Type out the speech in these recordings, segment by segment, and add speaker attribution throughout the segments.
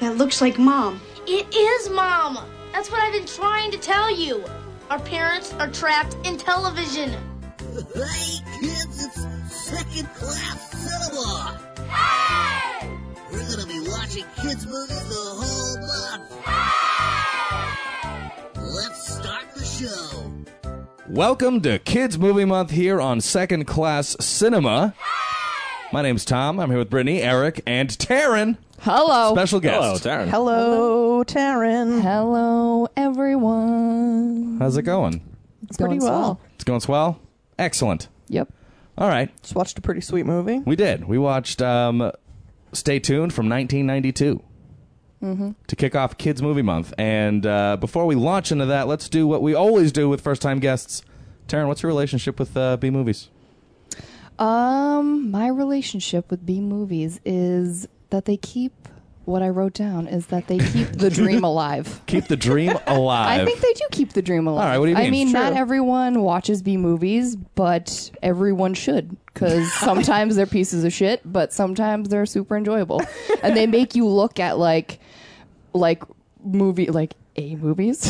Speaker 1: That looks like Mom.
Speaker 2: It is Mom. That's what I've been trying to tell you. Our parents are trapped in television.
Speaker 3: Hey kids, it's second class cinema.
Speaker 2: Hey!
Speaker 3: We're gonna be watching kids movies the whole month. Let's start the show.
Speaker 4: Welcome to Kids Movie Month here on Second Class Cinema. My name's Tom. I'm here with Brittany, Eric, and Taryn.
Speaker 5: Oh, Hello.
Speaker 4: Special
Speaker 6: Hello,
Speaker 4: guest.
Speaker 6: Taryn.
Speaker 7: Hello, Taryn.
Speaker 5: Hello, everyone.
Speaker 4: How's it going?
Speaker 5: It's
Speaker 7: Pretty
Speaker 5: going
Speaker 7: well.
Speaker 5: swell.
Speaker 4: It's going swell? Excellent.
Speaker 5: Yep.
Speaker 4: All right.
Speaker 7: Just watched a pretty sweet movie.
Speaker 4: We did. We watched um, Stay Tuned from 1992 to kick off Kids Movie Month. And uh, before we launch into that, let's do what we always do with first time guests. Taryn, what's your relationship with uh, B movies?
Speaker 5: Um, my relationship with B movies is that they keep what I wrote down is that they keep the dream alive.
Speaker 4: Keep the dream alive.
Speaker 5: I think they do keep the dream alive.
Speaker 4: All right, what do you
Speaker 5: I
Speaker 4: mean?
Speaker 5: mean,
Speaker 4: True.
Speaker 5: not everyone watches B movies, but everyone should because sometimes they're pieces of shit, but sometimes they're super enjoyable, and they make you look at like, like movie like A movies,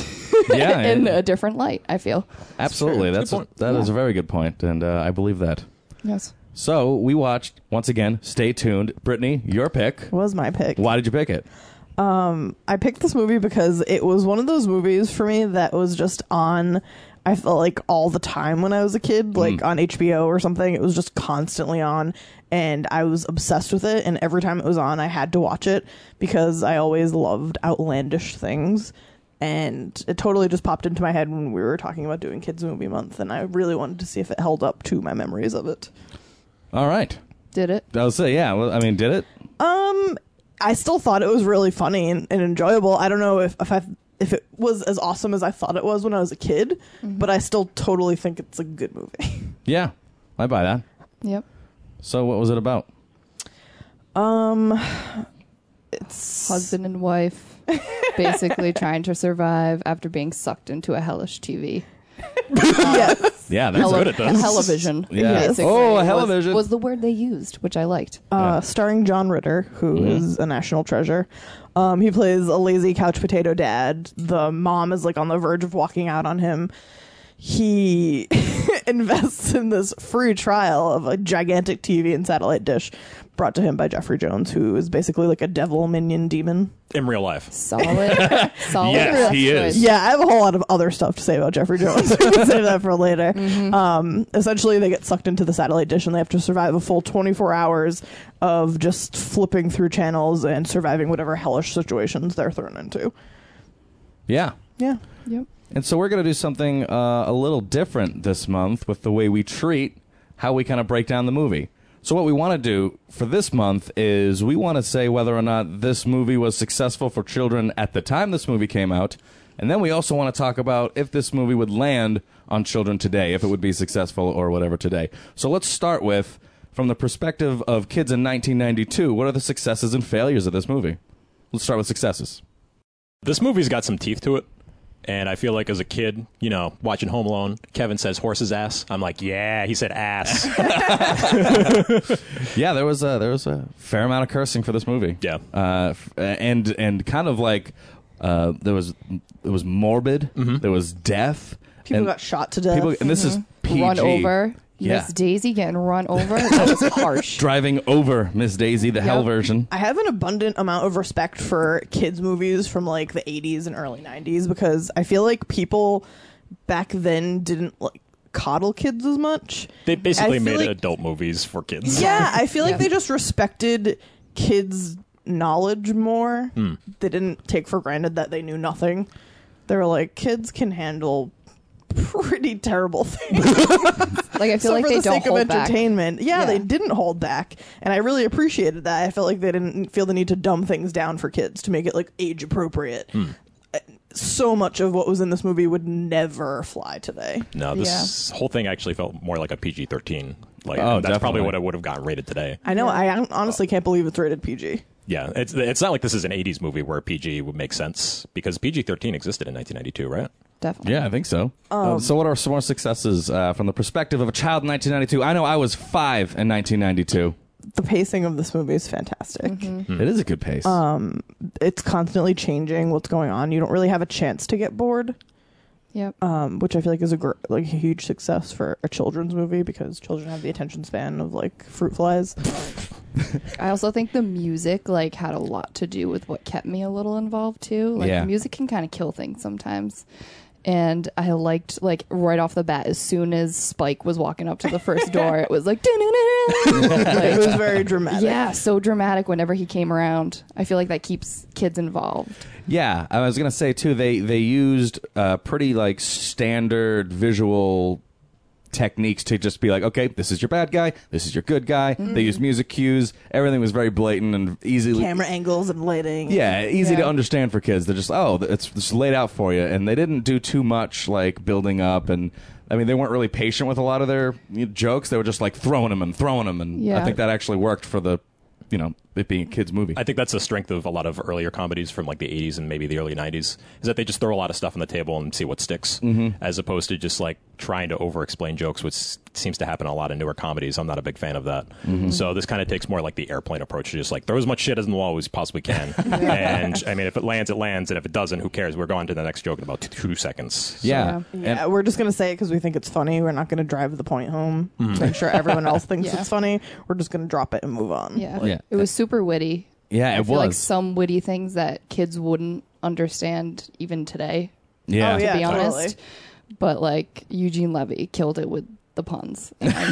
Speaker 4: Yeah,
Speaker 5: in
Speaker 4: yeah.
Speaker 5: a different light. I feel
Speaker 4: Absolutely. That's,
Speaker 6: That's
Speaker 4: a,
Speaker 6: true. Good point.
Speaker 4: that is a
Speaker 5: Yeah.
Speaker 4: very good point, and uh, I believe that.
Speaker 5: yes.
Speaker 4: So we watched once again. Stay tuned, Brittany. Your pick.
Speaker 7: Was my pick.
Speaker 4: Why did you pick it?
Speaker 7: I picked this movie because it was one of those movies for me that was just on. I felt like all the time when I was a kid, like on HBO or something. It was just constantly on, and I was obsessed with it. And every time it was on, I had to watch it because I always loved outlandish things. And it totally just popped into my head when we were talking about doing Kids Movie Month, and I really wanted to see if it held up to my memories of it.
Speaker 4: All right.
Speaker 5: Did it?
Speaker 4: I'll say, yeah. well, I mean, did it?
Speaker 7: Um, I still thought it was really funny and, and enjoyable. I don't know if if, I, if it was as awesome as I thought it was when I was a kid, but I still totally think it's a good movie.
Speaker 4: Yeah, I buy that.
Speaker 5: Yep.
Speaker 4: So what was it about?
Speaker 5: Husband and wife basically trying to survive after being sucked into a hellish TV.
Speaker 7: yes.
Speaker 4: Yeah, that's
Speaker 5: Hel-
Speaker 4: good at this.
Speaker 5: Television.
Speaker 4: Yeah.
Speaker 5: basically,
Speaker 4: Oh,
Speaker 5: was-
Speaker 4: television.
Speaker 5: was the word they used, which I liked.
Speaker 4: Yeah.
Speaker 7: Uh, starring John Ritter, who is a national treasure. Um, he plays a lazy couch potato dad. The mom is like on the verge of walking out on him. He invests in this free trial of a gigantic TV and satellite dish brought to him by Jeffrey Jones, who is basically like a devil minion demon.
Speaker 6: In real life.
Speaker 5: Solid. solid.
Speaker 6: Yes, he is.
Speaker 5: Yeah.
Speaker 7: Yeah, I have a whole lot of other stuff to say about Jeffrey Jones. we can save that for later. Um, essentially, they get sucked into the satellite dish and they have to survive a full 24 hours of just flipping through channels and surviving whatever hellish situations they're thrown into.
Speaker 4: Yeah.
Speaker 7: Yeah.
Speaker 5: Yep.
Speaker 4: And so we're going to do something uh, a little different this month with the way we treat how we kind of break down the movie. So what we want to do for this month is we want to say whether or not this movie was successful for children at the time this movie came out, and then we also want to talk about if this movie would land on children today, if it would be successful or whatever today. So let's start with from the perspective of kids in 1992, what are the successes and failures of this movie? Let's start with successes.
Speaker 6: This movie's got some teeth to it. And I feel like as a kid, you know, watching Home Alone, Kevin says horse's ass. I'm like, yeah, he said ass.
Speaker 4: Yeah, there was a there was a fair amount of cursing for this movie.
Speaker 6: Yeah.
Speaker 4: uh, f- and and kind of like uh, there was it was morbid. There was death.
Speaker 7: People
Speaker 4: and
Speaker 7: got shot to death.
Speaker 4: People, and this is PG.
Speaker 5: Run over.
Speaker 4: Yeah.
Speaker 5: Miss Daisy getting run over. That was harsh.
Speaker 4: driving over Miss Daisy, the hell
Speaker 5: Yep.
Speaker 4: version.
Speaker 7: I have an abundant amount of respect for kids' movies from like the 80s and early 90s because I feel like people back then didn't like coddle kids as much.
Speaker 6: they
Speaker 7: I
Speaker 6: basically
Speaker 7: feel
Speaker 6: made
Speaker 7: like-
Speaker 6: adult movies for kids.
Speaker 7: Yeah, I feel like they just respected kids' knowledge more. They didn't take for granted that they knew nothing. They were like, kids can handle pretty terrible things.
Speaker 5: Like I feel
Speaker 7: so
Speaker 5: like
Speaker 7: for
Speaker 5: they
Speaker 7: the
Speaker 5: don't
Speaker 7: sake of
Speaker 5: hold back.
Speaker 7: entertainment, yeah, they
Speaker 5: Yeah.
Speaker 7: didn't hold back, and I really appreciated that. I felt like they didn't feel the need to dumb things down for kids to make it like age appropriate. Uh, So much of what was in this movie would never fly today.
Speaker 6: No, this whole thing actually felt more like a PG 13. Like,
Speaker 4: Oh,
Speaker 6: that's probably
Speaker 4: definitely.
Speaker 6: what I would have gotten rated today.
Speaker 7: I know. I hon- honestly can't believe it's rated PG.
Speaker 6: Yeah, it's it's not like this is an 80s movie where PG would make sense because PG 13 existed in 1992, right?
Speaker 5: Definitely.
Speaker 4: Yeah, I think so. Uh, so, what are some more successes uh, from the perspective of a child in 1992? I know I was five in 1992.
Speaker 7: the pacing of this movie is fantastic.
Speaker 4: It is a good pace.
Speaker 7: Um, It's constantly changing what's going on. You don't really have a chance to get bored,
Speaker 5: Yep.
Speaker 7: um, which I feel like is a gr- like a huge success for a children's movie because children have the attention span of like fruit flies.
Speaker 5: I also think the music like had a lot to do with what kept me a little involved too. Like
Speaker 4: Yeah.
Speaker 5: music can kind of kill things sometimes. And I liked like right off the bat as soon as Spike was walking up to the first door, it was like, "Dun-dun-dun."
Speaker 7: it was very dramatic.
Speaker 5: yeah, so dramatic whenever he came around. I feel like that keeps kids involved.
Speaker 4: yeah, I was gonna say too. They they used uh, pretty like standard visual techniques to just be like, okay, this is your bad guy, this is your good guy.
Speaker 5: Mm-hmm.
Speaker 4: They used music cues. Everything was very blatant and easily
Speaker 7: Camera angles and lighting.
Speaker 4: Yeah, easy to
Speaker 5: Yeah.
Speaker 4: understand for kids. They're just oh, th- it's just laid out for you, and they didn't do too much like building up, and I mean they weren't really patient with a lot of their you know, jokes. They were just like throwing them and throwing them, and I
Speaker 5: Yeah.
Speaker 4: think that actually worked for the, you know, it being a kids movie.
Speaker 6: I think that's the strength of a lot of earlier comedies from like the 80s and maybe the early 90s is that they just throw a lot of stuff on the table and see what sticks as opposed to just like trying to over explain jokes, which s- seems to happen in a lot of newer comedies. I'm not a big fan of that. So this kind of takes more like the airplane approach to just like throw as much shit as in the wall as you possibly can. and I mean, if it lands, it lands. And if it doesn't, who cares? We're going to the next joke in about t- two seconds.
Speaker 4: yeah,
Speaker 5: Yeah.
Speaker 4: And-
Speaker 7: Yeah, Uh, we're just gonna say it because we think it's funny. We're not gonna drive the point home. Make sure everyone else thinks
Speaker 5: Yeah.
Speaker 7: it's funny. We're just gonna drop it and move on.
Speaker 5: Yeah.
Speaker 4: Yeah.
Speaker 5: It was super witty.
Speaker 4: Yeah,
Speaker 5: I
Speaker 4: it
Speaker 5: feel like
Speaker 4: was.
Speaker 5: some witty things that kids wouldn't understand even today,
Speaker 4: yeah,
Speaker 7: Oh, yeah.
Speaker 5: to be honest.
Speaker 7: totally.
Speaker 5: But like Eugene Levy killed it with the puns. I, mean, I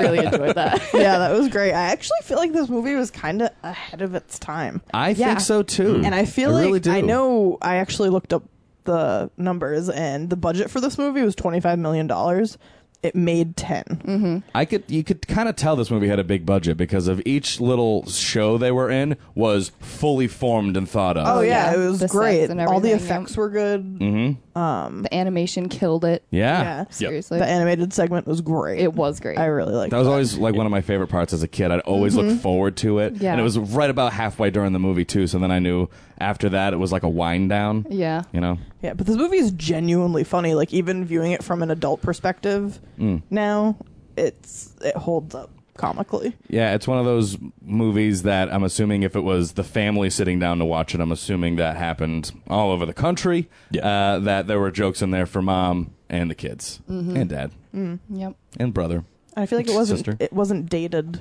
Speaker 5: really, really enjoyed that.
Speaker 7: yeah, that was great. I actually feel like this movie was kind of ahead of its time.
Speaker 4: I
Speaker 5: Yeah.
Speaker 4: think so too.
Speaker 7: And I feel like
Speaker 4: really do.
Speaker 7: I know I actually looked up the numbers and the budget for this movie was 25 million dollars. It made 10.
Speaker 4: I could you could kind of tell this movie had a big budget because of each little show they were in was fully formed and thought of.
Speaker 7: Oh yeah,
Speaker 5: yeah.
Speaker 7: it was
Speaker 5: The sets
Speaker 7: great.
Speaker 5: and
Speaker 7: All the
Speaker 5: everything,
Speaker 7: effects
Speaker 5: yep.
Speaker 7: were good.
Speaker 4: Mm.
Speaker 5: The animation killed it.
Speaker 4: yeah.
Speaker 7: Yeah.
Speaker 5: Seriously.
Speaker 7: The animated segment was great.
Speaker 5: it was great.
Speaker 7: I really liked
Speaker 4: That was always like one of my favorite parts as a kid. I'd always look forward to it.
Speaker 5: Mm-hmm. Yeah.
Speaker 4: And it was right about halfway during the movie too, so then I knew after that it was like a wind down.
Speaker 5: yeah.
Speaker 4: You know?
Speaker 7: Yeah, but this movie is genuinely funny. Like even viewing it from an adult perspective
Speaker 4: Mm.
Speaker 7: now, it's it holds up comically.
Speaker 4: Yeah, it's one of those movies that I'm assuming if it was the family sitting down to watch it, I'm assuming that happened all over the country.
Speaker 6: Yeah.
Speaker 4: Uh, that there were jokes in there for mom and the kids
Speaker 5: Mm-hmm.
Speaker 4: and dad
Speaker 5: Yep.
Speaker 4: and brother.
Speaker 7: I feel like it wasn't
Speaker 4: Sister.
Speaker 7: it wasn't dated.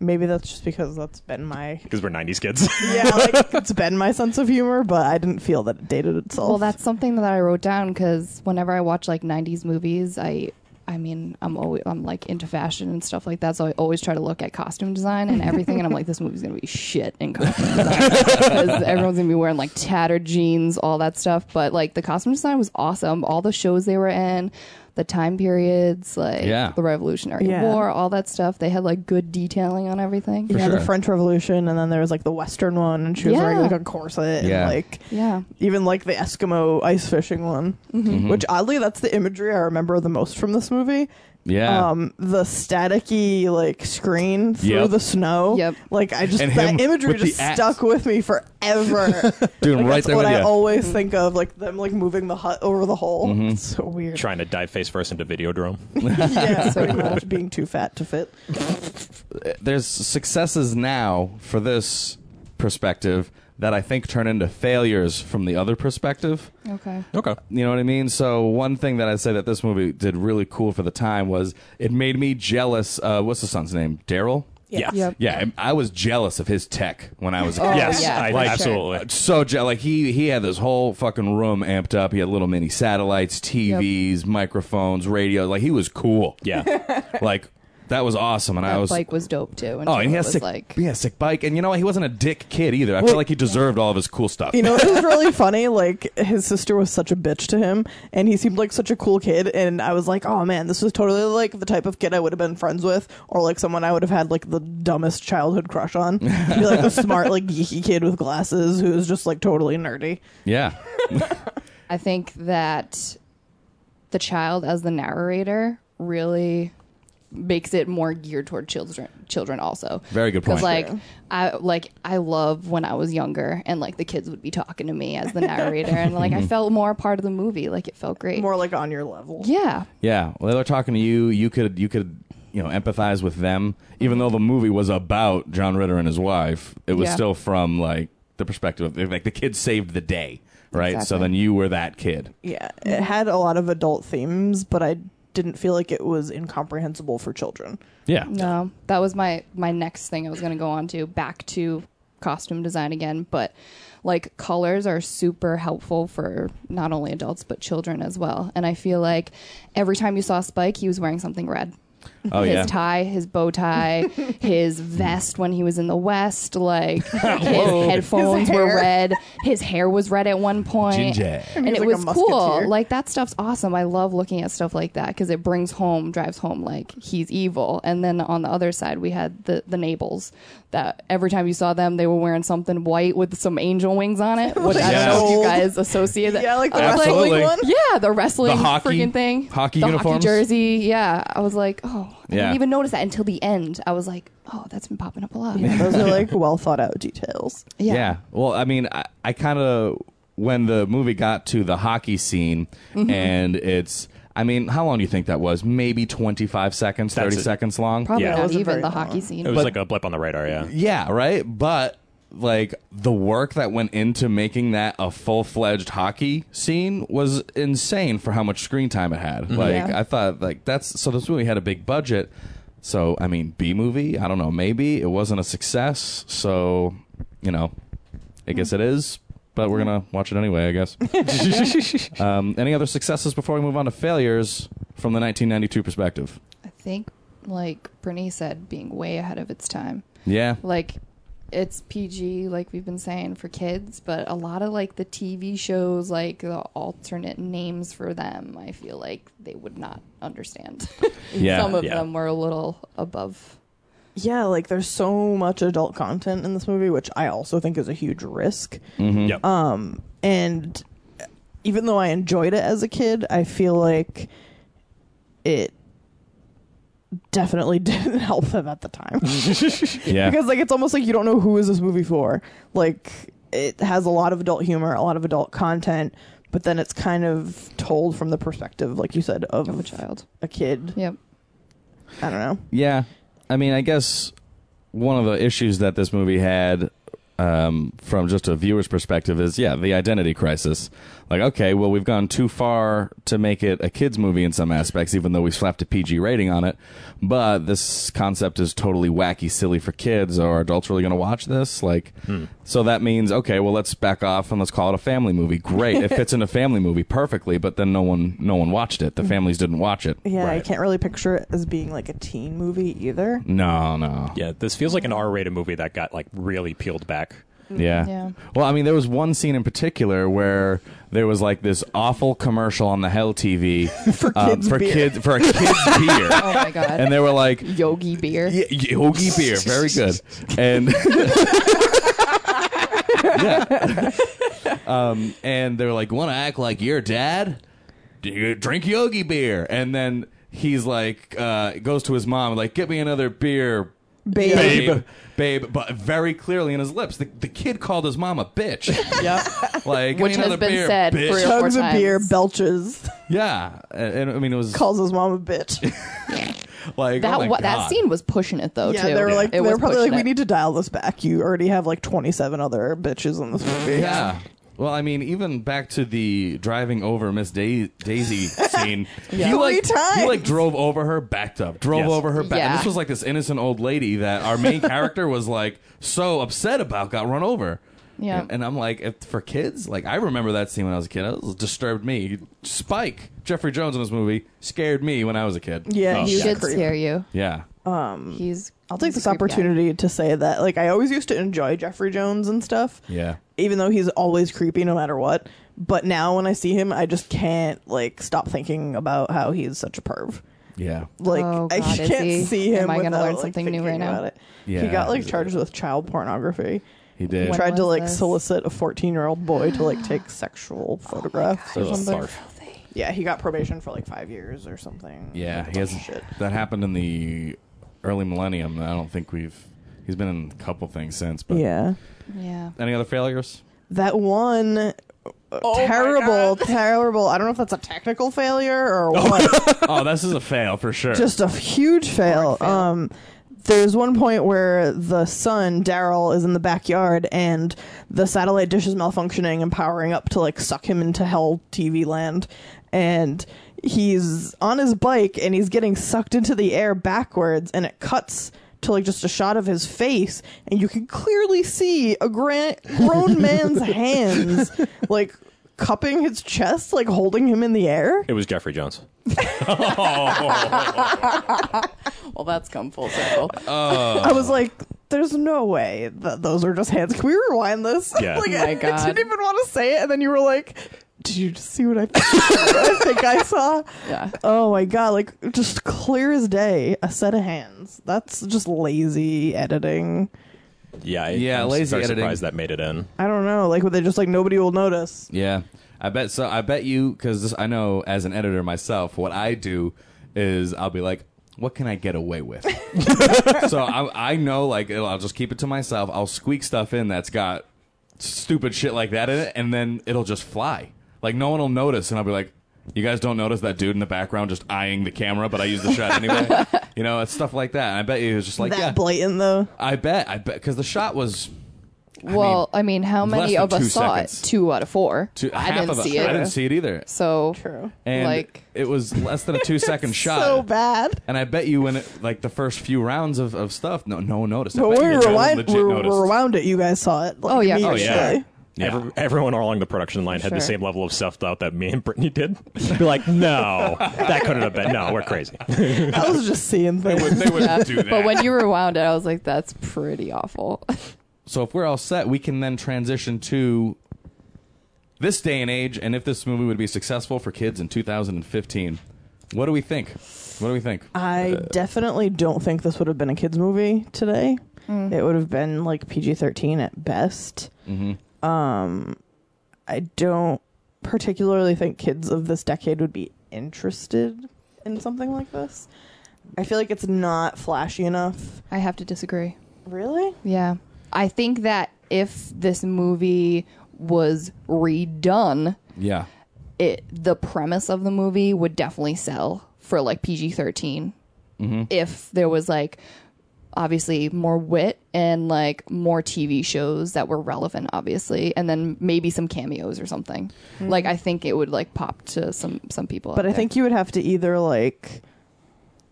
Speaker 7: Maybe that's just because that's been my
Speaker 6: Because we're 90s kids.
Speaker 7: yeah, like it's been my sense of humor, but I didn't feel that it dated itself.
Speaker 5: Well, that's something that I wrote down because whenever I watch like '90s movies, I, I mean, I'm always I'm like into fashion and stuff like that, so I always try to look at costume design and everything, and I'm like, this movie's gonna be shit in costume design because everyone's gonna be wearing like tattered jeans, all that stuff. But like the costume design was awesome. All the shows they were in, the time periods, like
Speaker 4: Yeah.
Speaker 5: the Revolutionary
Speaker 7: Yeah.
Speaker 5: War, all that stuff. They had like good detailing on everything.
Speaker 7: yeah,
Speaker 4: sure.
Speaker 7: the French Revolution, and then there was like the Western one, and she was wearing
Speaker 5: Yeah.
Speaker 7: like a corset,
Speaker 4: Yeah.
Speaker 7: and like
Speaker 5: Yeah.
Speaker 7: even like the Eskimo ice fishing one,
Speaker 4: Mm-hmm.
Speaker 7: which oddly that's the imagery I remember the most from this movie.
Speaker 4: Yeah.
Speaker 7: um the staticky like screen through
Speaker 4: Yep.
Speaker 7: the snow.
Speaker 5: Yep.
Speaker 7: Like I just
Speaker 4: And him
Speaker 7: that imagery
Speaker 4: with the
Speaker 7: just
Speaker 4: axe.
Speaker 7: stuck with me forever.
Speaker 4: Dude, I'm right
Speaker 7: Like, that's
Speaker 4: there
Speaker 7: what
Speaker 4: with Mm-hmm.
Speaker 7: I
Speaker 4: you.
Speaker 7: always think of, like them like moving the hut over the hole.
Speaker 4: Mm-hmm.
Speaker 7: It's so weird.
Speaker 6: Trying to dive face first into Videodrome.
Speaker 7: yeah, pretty much being too fat to fit.
Speaker 4: there's successes now for this perspective that I think turn into failures from the other perspective.
Speaker 5: Okay.
Speaker 6: okay.
Speaker 4: You know what I mean? So one thing that I say that this movie did really cool for the time was it made me jealous. Uh, what's the son's name? Daryl.
Speaker 6: Yeah.
Speaker 5: Yep.
Speaker 4: Yeah, I'm- I was jealous of his tech when I was a
Speaker 7: Oh,
Speaker 4: kid.
Speaker 6: Yes,
Speaker 5: yeah,
Speaker 6: I,
Speaker 5: for sure.
Speaker 6: absolutely.
Speaker 4: So jealous. Like he he had this whole fucking room amped up. He had little mini satellites, TVs, microphones, radio. Like he was cool.
Speaker 6: Yeah.
Speaker 4: like that was awesome. And I
Speaker 5: That
Speaker 4: was
Speaker 5: bike was dope too.
Speaker 4: Oh, and he had
Speaker 5: was
Speaker 4: sick,
Speaker 5: like
Speaker 4: yeah, sick bike, and you know what? He wasn't a dick kid either. I feel like he deserved all of his cool stuff.
Speaker 7: You know, it was really funny. Like his sister was such a bitch to him, and he seemed like such a cool kid. And I was like, oh man, this was totally like the type of kid I would have been friends with, or like someone I would have had like the dumbest childhood crush on. Be like the smart, like geeky kid with glasses who was just like totally nerdy.
Speaker 4: yeah,
Speaker 5: I think that the child as the narrator really makes it more geared toward children children also
Speaker 4: Very good point.
Speaker 5: because like i like i love when i was younger and like the kids would be talking to me as the narrator and like
Speaker 4: Mm-hmm.
Speaker 5: i felt more a part of the movie like it felt great
Speaker 7: More like on your level.
Speaker 5: yeah
Speaker 4: yeah. Well, they were talking to you. You could you could you know empathize with them, even though the movie was about John Ritter and his wife. It was
Speaker 5: Yeah.
Speaker 4: still from like the perspective of like the kid saved the day, right? So
Speaker 5: Exactly.
Speaker 4: then you were that kid.
Speaker 7: Yeah, it had a lot of adult themes, but I didn't feel like it was incomprehensible for children.
Speaker 4: Yeah.
Speaker 5: No, that was my my next thing I was going to go on to back to costume design again, but like colors are super helpful for not only adults but children as well. And I feel like every time you saw Spike, he was wearing something red.
Speaker 4: Oh
Speaker 5: his
Speaker 4: yeah.
Speaker 5: tie, his bow tie, his vest when he was in the West, like his headphones were red, his hair was red at one point.
Speaker 4: Ginger.
Speaker 5: And
Speaker 7: He's
Speaker 5: it
Speaker 7: like a
Speaker 5: was cool.
Speaker 7: musketeer.
Speaker 5: Like that stuff's awesome. I love looking at stuff like that because it brings home, drives home like he's evil. And then on the other side we had the the Nables that every time you saw them they were wearing something white with some angel wings on it. Which I
Speaker 4: Yes.
Speaker 5: don't know if you
Speaker 7: Old.
Speaker 5: guys associate that.
Speaker 7: Yeah, like the
Speaker 5: I was
Speaker 7: wrestling
Speaker 4: Absolutely.
Speaker 7: one.
Speaker 5: yeah, the wrestling
Speaker 4: The hockey-
Speaker 5: freaking thing.
Speaker 4: hockey
Speaker 5: the
Speaker 4: uniforms?
Speaker 5: hockey jersey. Yeah, I was like, oh, I
Speaker 4: Yeah.
Speaker 5: didn't even notice that until the end. I was like, oh, that's been popping up a lot. Yeah,
Speaker 7: Those are like well thought out details.
Speaker 4: Yeah. Well, I mean, I, I kind of when the movie got to the hockey scene,
Speaker 5: Mm-hmm.
Speaker 4: and it's. I mean, how long do you think that was? Maybe 25 seconds, 30
Speaker 6: it.
Speaker 4: seconds long?
Speaker 5: probably
Speaker 6: Yeah. It
Speaker 5: not
Speaker 7: wasn't
Speaker 5: even
Speaker 7: very
Speaker 5: the
Speaker 7: long.
Speaker 5: hockey scene.
Speaker 6: It was like a blip on the radar, yeah.
Speaker 4: Yeah, right? But like the work that went into making that a full-fledged hockey scene was insane for how much screen time it had. Like
Speaker 5: Yeah.
Speaker 4: I thought like that's so this movie had a big budget. So, I mean, B movie, I don't know, maybe it wasn't a success. So, you know, I guess it is, but we're going to watch it anyway, I guess. um, any other successes before we move on to failures from the 1992 perspective?
Speaker 5: I think, like Brittany said, being way ahead of its time.
Speaker 4: Yeah.
Speaker 5: Like, it's PG, like we've been saying, for kids, but a lot of like the TV shows, like the alternate names for them, I feel like they would not understand.
Speaker 4: Yeah,
Speaker 5: Some of
Speaker 6: yeah.
Speaker 5: them were a little above.
Speaker 7: Yeah, like there's so much adult content in this movie, which I also think is a huge risk.
Speaker 6: Yep.
Speaker 7: And even though I enjoyed it as a kid, I feel like it definitely didn't help them at the time.
Speaker 4: Yeah.
Speaker 7: because like it's almost like you don't know who is this movie for like it has a lot of adult humor a lot of adult content but then it's kind of told from the perspective like you said of,
Speaker 5: Of a child.
Speaker 7: a kid
Speaker 5: Yep.
Speaker 7: i don't know
Speaker 4: Yeah, I mean, I guess one of the issues that this movie had, um, from just a viewer's perspective, is yeah, the identity crisis. Like, okay, well, we've gone too far to make it a kids' movie in some aspects, even though we slapped a PG rating on it. But this concept is totally wacky, silly for kids. Are adults really going to watch this? Like, so that means okay, well, let's back off and let's call it a family movie. Great, it fits in a family movie perfectly, but then no one, no one watched it. The families didn't watch it.
Speaker 7: yeah i
Speaker 6: Right.
Speaker 7: can't really picture it as being like a teen movie either
Speaker 4: No, no.
Speaker 6: yeah, this feels like an R rated movie that got like really peeled back.
Speaker 7: Mm-hmm.
Speaker 4: Yeah.
Speaker 5: Yeah.
Speaker 4: Well, I mean, there was one scene in particular where there was like this awful commercial on the Hell TV for
Speaker 7: kids'
Speaker 4: for
Speaker 7: beer.
Speaker 4: kids for a kids beer,
Speaker 5: Oh my God.
Speaker 4: and they were like
Speaker 5: Yogi beer.
Speaker 4: "Y- Yogi beer, very good, and yeah, um, and they were like, want to act like your dad? Do you drink Yogi beer? And then he's like, uh, goes to his mom like, get me another beer,
Speaker 7: babe,
Speaker 4: babe, babe, but very clearly in his lips. The, the kid called his mom a bitch. Yep. like,
Speaker 5: Which
Speaker 4: "Give me
Speaker 5: has
Speaker 4: another
Speaker 5: been
Speaker 4: beer,
Speaker 5: said
Speaker 4: bitch."
Speaker 5: for- Four
Speaker 7: hugs a
Speaker 5: times.
Speaker 7: beer belches
Speaker 4: yeah, and, and, I mean it was
Speaker 7: calls his mom a bitch
Speaker 4: like
Speaker 5: That
Speaker 4: oh my
Speaker 5: wa- that
Speaker 4: God.
Speaker 5: scene was pushing it though
Speaker 7: yeah
Speaker 5: too.
Speaker 7: they were like
Speaker 5: it
Speaker 7: they
Speaker 5: was
Speaker 7: were probably like
Speaker 5: pushing
Speaker 7: we
Speaker 5: it.
Speaker 7: need to dial this back you already have like 27 other bitches in this movie
Speaker 4: Yeah. Well, I mean, even back to the driving over Miss da- Daisy scene, yeah. he
Speaker 7: Three
Speaker 4: like he
Speaker 7: times.
Speaker 4: like drove over her, backed up, drove
Speaker 6: Yes.
Speaker 4: over her back. And
Speaker 5: Yeah.
Speaker 4: this was like this innocent old lady that our main character was like so upset about got run over.
Speaker 5: Yeah.
Speaker 4: And, and I'm like, if, for kids, like I remember that scene when I was a kid. It was- disturbed me. Spike, Jeffrey Jones in this movie, scared me when I was a kid.
Speaker 7: yeah,
Speaker 6: Oh,
Speaker 7: he
Speaker 5: He
Speaker 7: was a
Speaker 5: should
Speaker 7: creep. Mm.
Speaker 5: scare you.
Speaker 4: Yeah.
Speaker 5: He's.
Speaker 7: I'll take this opportunity to say that, like, I always used to enjoy Jeffrey Jones and stuff.
Speaker 4: Yeah.
Speaker 7: Even though he's always creepy no matter what. But now when I see him, I just can't, like, stop thinking about how he's such a perv.
Speaker 4: Yeah.
Speaker 7: Like,
Speaker 5: Oh,
Speaker 7: I
Speaker 5: God, is
Speaker 7: can't
Speaker 5: he?
Speaker 7: see him.
Speaker 5: Am I gonna
Speaker 7: without,
Speaker 5: learn
Speaker 7: like,
Speaker 5: something new
Speaker 7: thinking
Speaker 5: right now?
Speaker 7: about it.
Speaker 4: Yeah,
Speaker 7: He got, like,
Speaker 4: he's a-
Speaker 7: charged with child pornography.
Speaker 4: He did.
Speaker 5: When-
Speaker 7: Tried to,
Speaker 5: was
Speaker 7: like,
Speaker 5: this?
Speaker 7: solicit a 14 year old boy to, like, take sexual photographs or
Speaker 6: Ugh,
Speaker 7: something.
Speaker 6: barf.
Speaker 7: Oh Yeah, he got probation for, like, five years or something.
Speaker 4: Yeah,
Speaker 7: Like,
Speaker 4: he has
Speaker 7: shit.
Speaker 4: that happened in the early millennium. I don't think we've he's been in a couple things since. But
Speaker 7: Yeah.
Speaker 5: Yeah.
Speaker 4: any other failures?
Speaker 7: that one uh, terrible, terrible. I don't know if that's a technical failure or what.
Speaker 4: oh, this is a fail for sure.
Speaker 7: Just a huge fail. Um, there's one point where the son Daryl is in the backyard and the satellite dish is malfunctioning and powering up to like suck him into hell TV land, and he's on his bike and he's getting sucked into the air backwards and it cuts to like just a shot of his face and you can clearly see a gran- grown man's hands like cupping his chest like holding him in the air
Speaker 6: It was Jeffrey Jones.
Speaker 5: Well, that's come full circle.
Speaker 4: Uh,
Speaker 7: i was
Speaker 4: Oh.
Speaker 7: like there's no way that those were just hands can we rewind this
Speaker 6: Yeah.
Speaker 7: like
Speaker 6: Oh
Speaker 5: my
Speaker 7: i
Speaker 5: God.
Speaker 7: didn't even want to say it and then you were like did you just see what I, I think I saw?
Speaker 5: Yeah.
Speaker 7: Oh my god! Like just clear as day, a set of hands. That's just lazy editing.
Speaker 6: Yeah, I,
Speaker 4: Yeah,
Speaker 6: I'm
Speaker 4: lazy
Speaker 6: very
Speaker 4: editing.
Speaker 6: surprised that made it in.
Speaker 7: I don't know. Like, were they just like nobody will notice?
Speaker 4: Yeah, I bet so. I bet you because I know as an editor myself, what I do is I'll be like, "What can I get away with?" so I, I know like I'll just keep it to myself. I'll squeak stuff in that's got stupid shit like that in it, and then it'll just fly. Like no one will notice, and I'll be like. You guys don't notice that dude in the background just eyeing the camera, but I use the shot anyway. you know, it's stuff like that. And I bet you it was just like,
Speaker 7: that
Speaker 4: yeah,
Speaker 7: blatant though.
Speaker 4: I bet, I bet, because the shot was
Speaker 5: well, I mean, how
Speaker 4: less
Speaker 5: many
Speaker 4: than
Speaker 5: of us
Speaker 4: two
Speaker 5: saw
Speaker 4: seconds.
Speaker 5: it? Two out of four.
Speaker 4: two,
Speaker 5: I
Speaker 4: half
Speaker 5: didn't
Speaker 4: of a-
Speaker 5: see it.
Speaker 4: I didn't see it either.
Speaker 5: So
Speaker 7: True.
Speaker 4: and
Speaker 5: like
Speaker 4: it was less than a two second shot.
Speaker 7: So bad.
Speaker 4: And I bet you when it, like the first few rounds of, of stuff, no no one noticed. I
Speaker 7: But
Speaker 4: bet
Speaker 7: when
Speaker 4: you Adrenaline
Speaker 7: we rewind,
Speaker 4: legit
Speaker 7: we
Speaker 4: noticed.
Speaker 7: rewound it. You guys saw it. Like,
Speaker 5: Oh, yeah, for
Speaker 7: immediately.
Speaker 5: sure. Yeah.
Speaker 6: Every, everyone along the production line had the
Speaker 5: Sure.
Speaker 6: same level of self doubt that me and Brittany did. Be like, no, that couldn't have been. No, we're crazy.
Speaker 7: I was just seeing
Speaker 4: They
Speaker 7: things.
Speaker 4: would- they would do that.
Speaker 5: But when you rewound it, I was like, that's pretty awful.
Speaker 4: so if we're all set, we can then transition to this day and age, and if this movie would be successful for kids in 2015. What do we think? What do we think?
Speaker 7: I definitely don't think this would have been a kids movie today. It would have been like PG thirteen at best. Um, I don't particularly think kids of this decade would be interested in something like this. I feel like it's not flashy enough.
Speaker 5: I have to disagree.
Speaker 7: Really?
Speaker 5: Yeah. I think that if this movie was redone,
Speaker 4: Yeah.
Speaker 5: it the premise of the movie would definitely sell for like PG 13. If there was like obviously more wit and like more TV shows that were relevant, obviously, and then maybe some cameos or something. Like I think it would like pop to some some people. out
Speaker 7: But I
Speaker 5: there.
Speaker 7: think you would have to either like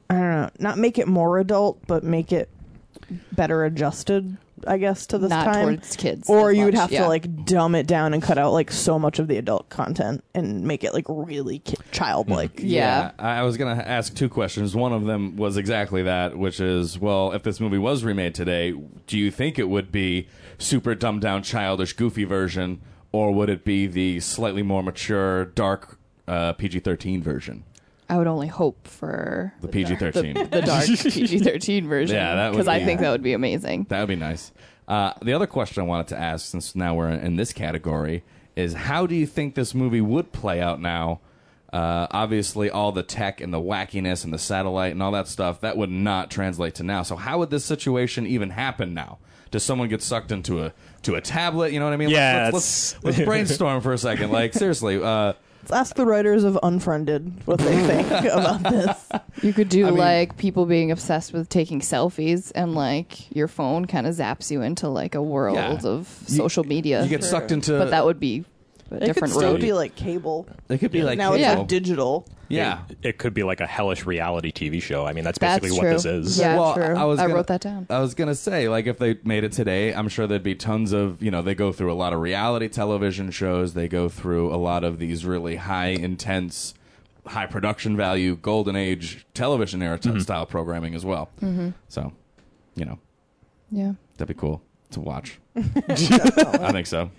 Speaker 7: I don't know, not make it more adult, but make it better adjusted, I guess, to this
Speaker 5: Not
Speaker 7: time.
Speaker 5: towards kids
Speaker 7: Or
Speaker 5: as
Speaker 7: you would
Speaker 5: much,
Speaker 7: have
Speaker 5: yeah.
Speaker 7: to like dumb it down and cut out like so much of the adult content and make it like really ki- childlike.
Speaker 5: yeah.
Speaker 4: I I was going to ask two questions. One of them was exactly that, which is, well, if this movie was remade today, do you think it would be super dumbed down, childish, goofy version, or would it be the slightly more mature, dark uh, PG 13 version?
Speaker 5: I would only hope for
Speaker 4: The PG 13.
Speaker 5: the dark PG thirteen version.
Speaker 4: Yeah, that would
Speaker 5: because I
Speaker 4: be-
Speaker 5: think that would be amazing.
Speaker 4: That would be nice. Uh, the other question I wanted to ask, since now we're in this category, is how do you think this movie would play out now? Uh, obviously, all the tech and the wackiness and the satellite and all that stuff that would not translate to now. So, how would this situation even happen now? Does someone get sucked into a to a tablet? You know what I mean?
Speaker 6: Yeah,
Speaker 4: Let's, let's,
Speaker 6: it's-
Speaker 4: let's, let's brainstorm for a second. Like seriously, uh,
Speaker 7: Let's ask the writers of Unfriended what they think about this.
Speaker 5: You could do
Speaker 4: mean-
Speaker 5: like people being obsessed with taking selfies, and like your phone kind of zaps you into like a world
Speaker 4: Yeah.
Speaker 5: of
Speaker 4: You-
Speaker 5: social media.
Speaker 4: you get sucked into.
Speaker 5: but that would be a
Speaker 7: It could
Speaker 5: different
Speaker 7: still
Speaker 5: road.
Speaker 7: be like cable.
Speaker 4: it could be like
Speaker 7: now it's
Speaker 5: Yeah.
Speaker 7: all digital.
Speaker 4: yeah.
Speaker 6: It, it could be like a hellish reality TV show. I mean, that's
Speaker 5: That's
Speaker 6: basically
Speaker 5: true.
Speaker 6: what this is.
Speaker 5: Yeah,
Speaker 4: well,
Speaker 5: true.
Speaker 4: I, was
Speaker 5: I
Speaker 4: gonna-
Speaker 5: wrote that down.
Speaker 4: I was gonna say, like, if they made it today, I'm sure there'd be tons of you know they go through a lot of reality television shows. They go through a lot of these really high intense, high production value, golden age television era t- style programming as well.
Speaker 5: Mm-hmm.
Speaker 4: So, you know,
Speaker 5: yeah.
Speaker 4: that'd be cool to watch. I think so.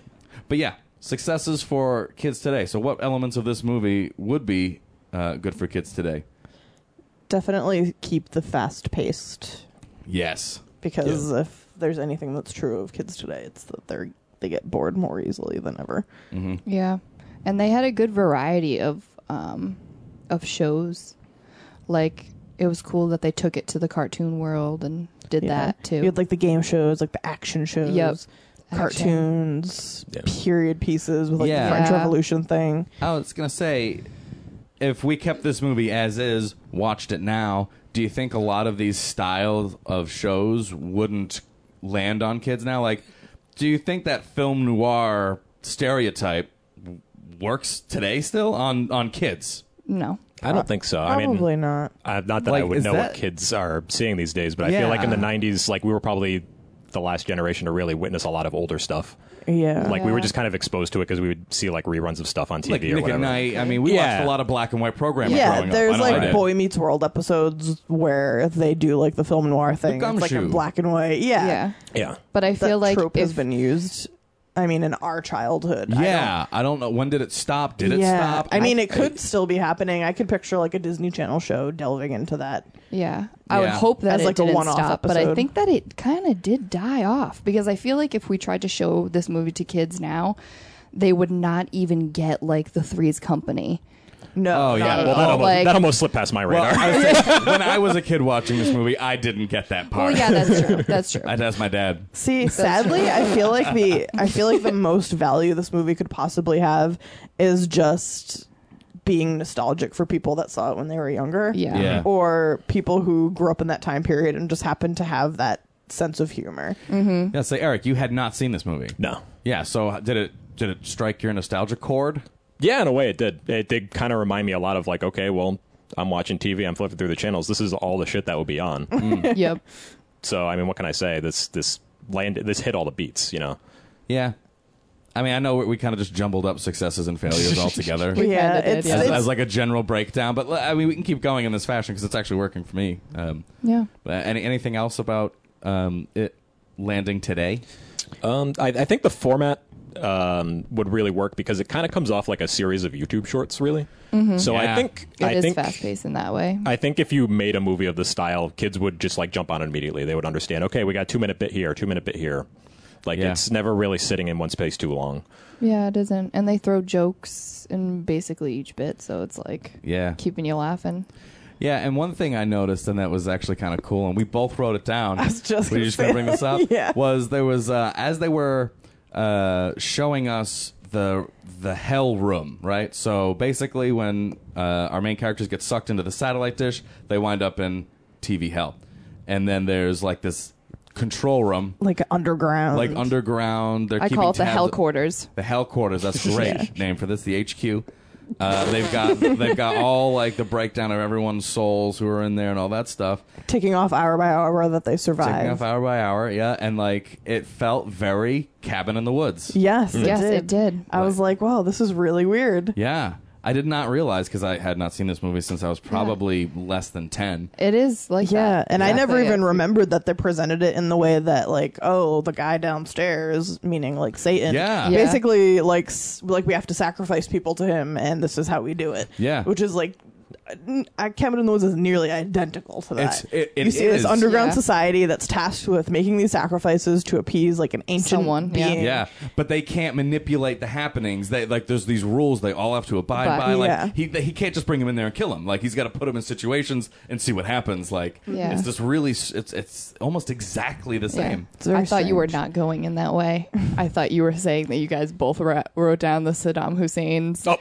Speaker 4: But yeah, successes for kids today. So, what elements of this movie would be uh, good for kids today?
Speaker 7: Definitely keep the fast paced
Speaker 4: Yes.
Speaker 7: because if there's anything that's true of kids today, it's that they're they get bored more easily than ever.
Speaker 5: Yeah, and they had a good variety of um, of shows. Like it was cool that they took it to the cartoon world and did that too.
Speaker 7: You had like the game shows, like the action shows.
Speaker 5: Yep.
Speaker 7: cartoons,
Speaker 6: Yeah.
Speaker 7: period pieces with like
Speaker 4: Yeah.
Speaker 7: the French
Speaker 5: Yeah.
Speaker 7: Revolution thing.
Speaker 4: I was gonna say, if we kept this movie as is, watched it now, do you think a lot of these styles of shows wouldn't land on kids now? Like, do you think that film noir stereotype w- works today still on on kids?
Speaker 5: No.
Speaker 6: I don't think so. I mean,
Speaker 7: Probably not.
Speaker 6: Uh, not that I
Speaker 4: Like,
Speaker 6: would
Speaker 4: is
Speaker 6: know
Speaker 4: that-
Speaker 6: what kids are seeing these days, but I
Speaker 4: Yeah.
Speaker 6: feel like in the '90s, like we were probably the last generation to really witness a lot of older stuff.
Speaker 7: Yeah.
Speaker 6: Like we
Speaker 5: Yeah.
Speaker 6: were just kind of exposed to it because we would see like reruns of stuff on TV
Speaker 4: Like
Speaker 6: or
Speaker 4: Nick
Speaker 6: whatever.
Speaker 4: and Night. I mean, we
Speaker 6: Yeah.
Speaker 4: watched a lot of black and white programming.
Speaker 7: yeah,
Speaker 4: growing
Speaker 7: there's
Speaker 4: up. I know I
Speaker 7: like
Speaker 4: did.
Speaker 7: Boy Meets World episodes where they do like the film noir thing. It's like
Speaker 4: gumshoe.
Speaker 7: in black and white. Yeah.
Speaker 5: Yeah.
Speaker 6: Yeah,
Speaker 5: But I
Speaker 7: That
Speaker 5: feel like
Speaker 7: trope
Speaker 5: if
Speaker 7: has been used. I mean, in our childhood. I don't-
Speaker 4: Yeah, I don't, know when did it stop. Did it
Speaker 7: yeah.
Speaker 4: stop?
Speaker 7: I mean, it could still be happening. I could picture like a Disney Channel show delving into that.
Speaker 5: Yeah. I would
Speaker 4: Yeah.
Speaker 5: hope that
Speaker 7: As,
Speaker 5: it
Speaker 7: like, a
Speaker 5: didn't
Speaker 7: one-off
Speaker 5: stop, but I
Speaker 7: episode.
Speaker 5: think that it kind of did die off because I feel like if we tried to show this movie to kids now, they would not even get like the Threes Company.
Speaker 7: No.
Speaker 4: Oh,
Speaker 7: not
Speaker 4: yeah.
Speaker 7: at
Speaker 6: well, that
Speaker 7: all.
Speaker 6: almost,
Speaker 5: Like-
Speaker 6: that almost slipped past my radar.
Speaker 4: Well, I was saying, when I was a kid watching this movie, I didn't get that
Speaker 5: Oh
Speaker 4: part.
Speaker 5: yeah, that's true. That's true.
Speaker 4: I'd ask my dad.
Speaker 7: See, sadly, I feel like the I feel like the most value this movie could possibly have is just being nostalgic for people that saw it when they were younger.
Speaker 5: Yeah.
Speaker 4: Yeah.
Speaker 7: Or people who grew up in that time period and just happen to have that sense of humor.
Speaker 5: Mm-hmm.
Speaker 4: Yeah, say Eric, you had not seen this movie.
Speaker 6: no.
Speaker 4: Yeah, so did it did it strike your nostalgia chord?
Speaker 6: Yeah, in a way it did. It did kind of remind me a lot of like, okay, well, I'm watching TV, I'm flipping through the channels. This is all the shit that would be on.
Speaker 5: yep.
Speaker 6: so I mean, what can I say? This this land this hit all the beats, you know.
Speaker 4: Yeah. I mean, I know we, we kind of just jumbled up successes and failures altogether
Speaker 5: We
Speaker 7: yeah,
Speaker 5: kinda did,
Speaker 7: it's,
Speaker 5: yeah.
Speaker 4: as,
Speaker 7: it's-
Speaker 4: as like a general breakdown, but l- I mean, we can keep going in this fashion because it's actually working for me. Um,
Speaker 5: Yeah.
Speaker 4: but any, anything else about um, it landing today?
Speaker 6: Um, I, I think the format um, would really work because it kind of comes off like a series of YouTube shorts, really. So
Speaker 4: Yeah.
Speaker 6: I think
Speaker 5: Mm-hmm. It
Speaker 6: I
Speaker 5: is
Speaker 6: think
Speaker 5: fast paced in that way.
Speaker 6: I think if you made a movie of this style, kids would just like jump on it immediately. They would understand. Okay, we got two minute bit here, two minute bit here. Like
Speaker 4: Yeah.
Speaker 6: it's never really sitting in one space too long.
Speaker 5: Yeah, it isn't. And they throw jokes in basically each bit, so it's like
Speaker 4: Yeah.
Speaker 5: keeping you laughing.
Speaker 4: Yeah, and one thing I noticed, and that was actually kind of cool, and we both wrote it down. I
Speaker 7: was just
Speaker 4: were you
Speaker 7: gonna
Speaker 4: just gonna
Speaker 7: say
Speaker 4: bring this up?
Speaker 7: Yeah.
Speaker 4: Was there was uh, as they were uh, showing us the the hell room, right? So basically, when uh, our main characters get sucked into the satellite dish, they wind up in TV hell, and then there's like this control room,
Speaker 7: like underground.
Speaker 4: like underground. They're
Speaker 5: I
Speaker 4: keeping
Speaker 5: call it the
Speaker 4: tabs-
Speaker 5: hell quarters.
Speaker 4: the Hell Quarters. That's a great name for this. The HQ. Uh, they've got they've got all like the breakdown of everyone's souls who are in there and all that stuff.
Speaker 7: taking off hour by hour that they survive.
Speaker 4: Taking off hour by hour, yeah, and like it felt very cabin in the woods.
Speaker 7: Yes, it
Speaker 5: Yes,
Speaker 7: did.
Speaker 5: it did.
Speaker 7: I was like, wow, this is really weird.
Speaker 4: Yeah. I did not realize because I had not seen this movie since I was probably less than ten.
Speaker 5: It is like
Speaker 7: Yeah,
Speaker 5: that.
Speaker 7: and I never
Speaker 5: Exactly.
Speaker 7: even remembered that they presented it in the way that like, oh, the guy downstairs, meaning like Satan.
Speaker 4: Yeah.
Speaker 5: Yeah.
Speaker 7: Basically, like s- like we have to sacrifice people to him, and this is how we do it.
Speaker 4: Yeah.
Speaker 7: which is like. I, Cabin in the Woods is nearly identical to that.
Speaker 4: It's- it- it
Speaker 7: you see
Speaker 4: is.
Speaker 7: this underground
Speaker 5: Yeah.
Speaker 7: society that's tasked with making these sacrifices to appease like an ancient
Speaker 5: Someone, yeah.
Speaker 7: being.
Speaker 4: Yeah, but they can't manipulate the happenings. They like there's these rules they all have to abide
Speaker 5: But-
Speaker 4: by. Like
Speaker 7: Yeah.
Speaker 4: he he can't just bring him in there and kill him. Like he's got to put him in situations and see what happens. Like
Speaker 5: Yeah.
Speaker 4: it's just really s- it's it's almost exactly the
Speaker 5: Yeah.
Speaker 4: same.
Speaker 7: very
Speaker 5: I thought you were
Speaker 7: strange.
Speaker 5: not going in that way. I thought you were saying that you guys both ra- wrote down the Saddam Hussein's um,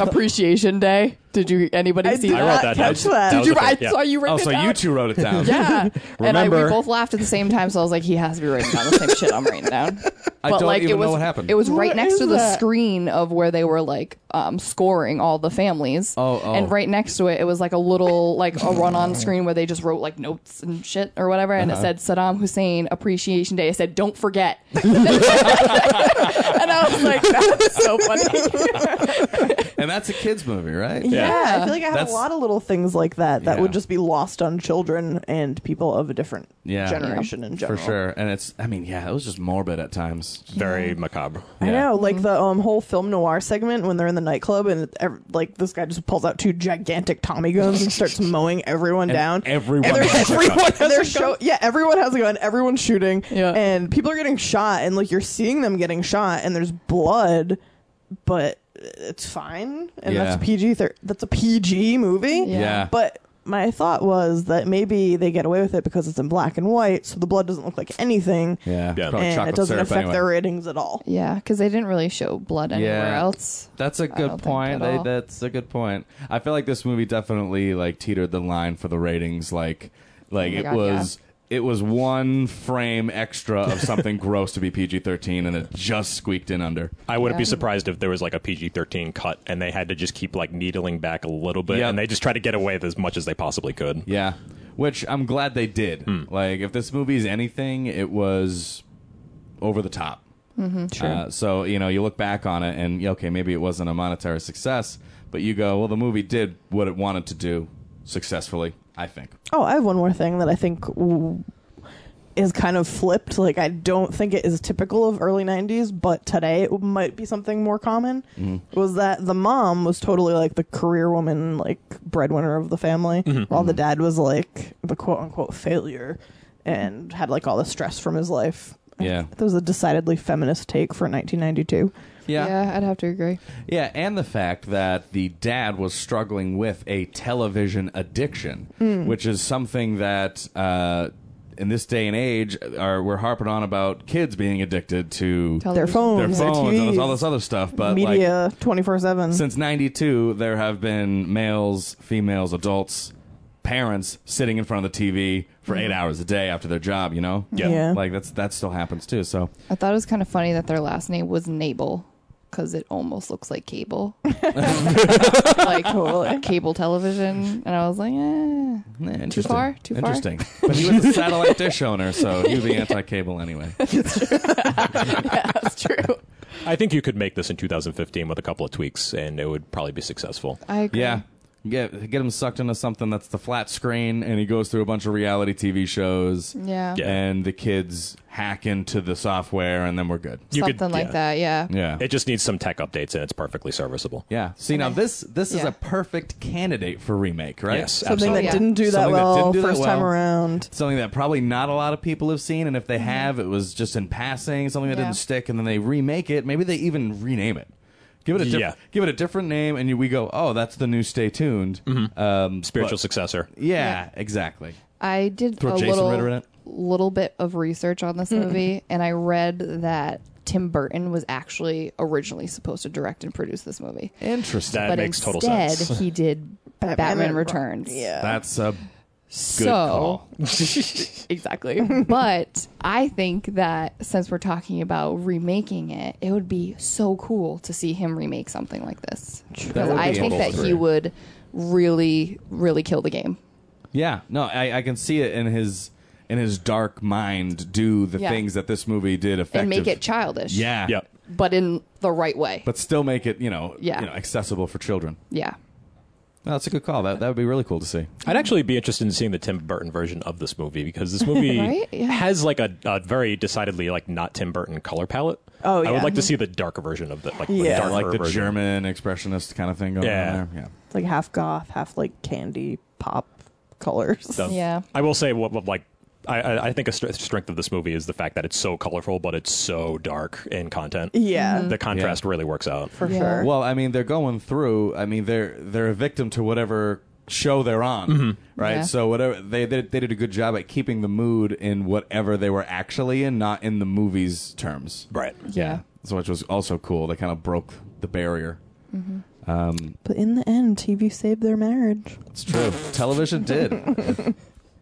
Speaker 5: appreciation day. Did you anybody
Speaker 7: Oh. I
Speaker 5: see
Speaker 7: did
Speaker 6: I
Speaker 5: that?
Speaker 6: wrote
Speaker 7: Not
Speaker 6: that.
Speaker 7: catch that.
Speaker 5: Did you?
Speaker 6: was a
Speaker 5: I
Speaker 6: thing, yeah.
Speaker 5: saw you. Written
Speaker 4: Oh,
Speaker 5: it
Speaker 4: so
Speaker 5: down.
Speaker 4: you two wrote it down.
Speaker 5: Yeah, and I, we
Speaker 6: Remember-
Speaker 5: both laughed at the same time, so I was like, "He has to be writing down the same shit I'm writing down."
Speaker 4: I don't even
Speaker 5: it was,
Speaker 4: know what happened.
Speaker 5: It was right
Speaker 7: What
Speaker 5: next
Speaker 7: is
Speaker 5: to the
Speaker 7: that?
Speaker 5: screen of where they were like um, scoring all the families.
Speaker 4: Oh, oh.
Speaker 5: and right next to it, it was like a little like a run-on screen where they just wrote like notes and shit or whatever, and
Speaker 4: Uh-huh.
Speaker 5: it said Saddam Hussein Appreciation Day. It said, "Don't forget," and I was like, "That's so funny."
Speaker 4: And that's a kids movie, right?
Speaker 7: Yeah,
Speaker 5: Yeah.
Speaker 7: I feel like I had a
Speaker 4: That's-
Speaker 7: lot of little things like that that
Speaker 4: Yeah.
Speaker 7: would just be lost on children and people of a different
Speaker 4: Yeah.
Speaker 7: generation in
Speaker 4: For
Speaker 7: general.
Speaker 4: sure. And it's I mean, yeah, it was just morbid at times.
Speaker 6: Very macabre.
Speaker 7: I
Speaker 4: Yeah.
Speaker 7: know, like the um, whole film noir segment when they're in the nightclub and it- ev- like this guy just pulls out two gigantic Tommy guns and starts mowing everyone down.
Speaker 4: everyone
Speaker 7: and they're-
Speaker 4: has a
Speaker 7: everyone has a show- Yeah, everyone has a gun. Everyone's shooting.
Speaker 5: Yeah.
Speaker 7: and people are getting shot, and like you're seeing them getting shot, and there's blood, but it's fine, and
Speaker 4: Yeah.
Speaker 7: that's PG. Thir- that's a PG movie.
Speaker 5: Yeah.
Speaker 4: Yeah.
Speaker 7: But my thought was that maybe they get away with it because it's in black and white, so the blood doesn't look like anything.
Speaker 4: Yeah,
Speaker 6: Yeah.
Speaker 4: probably
Speaker 7: And
Speaker 4: chocolate
Speaker 7: it doesn't
Speaker 4: syrup
Speaker 7: affect
Speaker 4: anyway.
Speaker 7: their ratings at all.
Speaker 5: Yeah, because they didn't really show blood anywhere
Speaker 4: Yeah.
Speaker 5: else.
Speaker 4: That's a
Speaker 5: don't
Speaker 4: good
Speaker 5: think
Speaker 4: point.
Speaker 5: at
Speaker 4: They,
Speaker 5: all.
Speaker 4: that's a good point. I feel like this movie definitely like teetered the line for the ratings. Like, like
Speaker 5: Oh my
Speaker 4: it
Speaker 5: God,
Speaker 4: was it was one frame extra of something gross to be PG thirteen, and it just squeaked in under.
Speaker 6: I wouldn't be
Speaker 5: Yeah.
Speaker 6: surprised if there was like a PG 13 cut and they had to just keep like needling back a little bit
Speaker 4: Yeah.
Speaker 6: and they just try to get away with as much as they possibly could.
Speaker 4: Yeah, which I'm glad they did. Like, if this movie's anything, it was over the top.
Speaker 5: Mm-hmm, Sure.
Speaker 4: Uh, so you know, you look back on it, and yeah, okay, maybe it wasn't a monetary success, but you go, well, the movie did what it wanted to do successfully. I think.
Speaker 7: Oh, I have one more thing that I think w- is kind of flipped. Like, I don't think it is typical of early 90s, but today it might be something more common.
Speaker 4: Mm-hmm.
Speaker 7: Was that the mom was totally like the career woman, like breadwinner of the family, while
Speaker 4: Mm-hmm.
Speaker 7: the dad was like the quote unquote failure and had like all the stress from his life.
Speaker 4: Yeah.
Speaker 7: That was a decidedly feminist take for 1992.
Speaker 5: yeah, I'd have to agree.
Speaker 4: Yeah, and the fact that the dad was struggling with a television addiction,
Speaker 7: Hmm.
Speaker 4: which is something that uh, in this day and age are we're harping on about kids being addicted to
Speaker 5: Tell
Speaker 7: Their
Speaker 4: their
Speaker 5: Television.
Speaker 7: phones, their,
Speaker 4: phones, all
Speaker 7: TVs,
Speaker 4: this, all this other stuff. But like,
Speaker 7: Oh, media 24 7.
Speaker 4: since '92, there have been males, females, adults, parents sitting in front of the TV for eight hours a day after their job. You know,
Speaker 6: Yeah.
Speaker 7: Hmm. Yeah.
Speaker 4: like that's that still happens too. So
Speaker 5: I thought it was kind of funny that their last name was Nable because it almost looks like cable, like cable television. And I was like, eh.
Speaker 4: Yeah, interesting.
Speaker 5: far? Too far?
Speaker 4: Interesting. But he was a satellite dish owner, so he would be anti-cable anyway.
Speaker 5: that's true.
Speaker 6: I think you could make this in 2015 with a couple of tweaks and it would probably be successful.
Speaker 5: I agree.
Speaker 4: Yeah. Get get him sucked into something that's the flat screen, and he goes through a bunch of reality TV shows.
Speaker 5: Yeah.
Speaker 6: Yeah.
Speaker 4: And the kids hack into the software, and then we're good.
Speaker 6: You
Speaker 5: Something
Speaker 6: could-
Speaker 5: like
Speaker 6: yeah.
Speaker 5: that. Yeah.
Speaker 4: Yeah.
Speaker 6: It just needs some tech updates and it's perfectly serviceable.
Speaker 4: yeah. See, now this this is
Speaker 5: Yeah.
Speaker 4: a perfect candidate for remake, right?
Speaker 6: Yes,
Speaker 7: Something
Speaker 6: absolutely.
Speaker 7: that
Speaker 5: yeah.
Speaker 7: didn't do that
Speaker 4: Something that
Speaker 7: well
Speaker 4: didn't do that
Speaker 7: first time
Speaker 4: well.
Speaker 7: around.
Speaker 4: Something that probably not a lot of people have seen, and if they have, it was just in passing. Something that
Speaker 5: Mm-hmm. Yeah.
Speaker 4: didn't stick, and then they remake it. Maybe they even rename it. Give it a diff-
Speaker 6: Yeah.
Speaker 4: give it a different name, and you, we go, oh, that's the new Stay Tuned.
Speaker 6: Mm-hmm.
Speaker 4: Um,
Speaker 6: Spiritual
Speaker 4: but-
Speaker 6: successor.
Speaker 4: yeah, exactly.
Speaker 5: I did
Speaker 4: Throw
Speaker 5: a
Speaker 4: Jason
Speaker 5: little,
Speaker 4: Ritter in it.
Speaker 5: little bit of research on this movie, and I read that Tim Burton was actually originally supposed to direct and produce this movie,
Speaker 4: Interesting.
Speaker 6: That
Speaker 5: but
Speaker 6: makes total
Speaker 5: instead
Speaker 6: sense.
Speaker 5: he did Batman, Returns.
Speaker 7: Yeah.
Speaker 4: That's a
Speaker 5: so
Speaker 4: good call.
Speaker 5: exactly. but I think that since we're talking about remaking it, it would be so cool to see him remake something like this. Because
Speaker 4: would
Speaker 5: I
Speaker 4: be
Speaker 5: think that
Speaker 4: cool.
Speaker 5: he would really, really kill the game.
Speaker 4: Yeah, no, I, I can see it in his in his dark mind do the
Speaker 5: Yeah.
Speaker 4: things that this movie did effective.
Speaker 5: And make it childish.
Speaker 4: yeah,
Speaker 6: Yep.
Speaker 5: But in the right way.
Speaker 4: but still make it you know
Speaker 5: Yeah.
Speaker 4: you know accessible for children.
Speaker 5: yeah.
Speaker 4: No, that's a good call. That that would be really cool to see.
Speaker 6: I'd actually be interested in seeing the Tim Burton version of this movie because this movie
Speaker 5: Right? Yeah.
Speaker 6: has like a, a very decidedly like not Tim Burton color palette.
Speaker 7: Oh,
Speaker 6: I would
Speaker 7: yeah.
Speaker 6: like to see the dark version of the like the
Speaker 7: Yeah.
Speaker 6: darker
Speaker 4: like the
Speaker 6: version.
Speaker 4: German expressionist kind of thing going
Speaker 6: Yeah.
Speaker 4: on there. Yeah.
Speaker 7: It's like half goth, half like candy pop colors.
Speaker 6: So,
Speaker 5: Yeah.
Speaker 6: I will say what what, like. I- I, I think a str- strength of this movie is the fact that it's so colorful, but it's so dark in content.
Speaker 7: yeah,
Speaker 6: The contrast really works out.
Speaker 7: for
Speaker 5: Yeah.
Speaker 7: sure.
Speaker 4: Well, I mean, they're going through. I mean, they're they're a victim to whatever show they're on, right?
Speaker 5: Yeah.
Speaker 4: So whatever they, they they did a good job at keeping the mood in whatever they were actually in, not in the movies terms.
Speaker 6: Right.
Speaker 5: Yeah.
Speaker 4: So which was also cool. They kind of broke the barrier.
Speaker 7: but in the end, TV saved their marriage,
Speaker 4: It's true. Television did.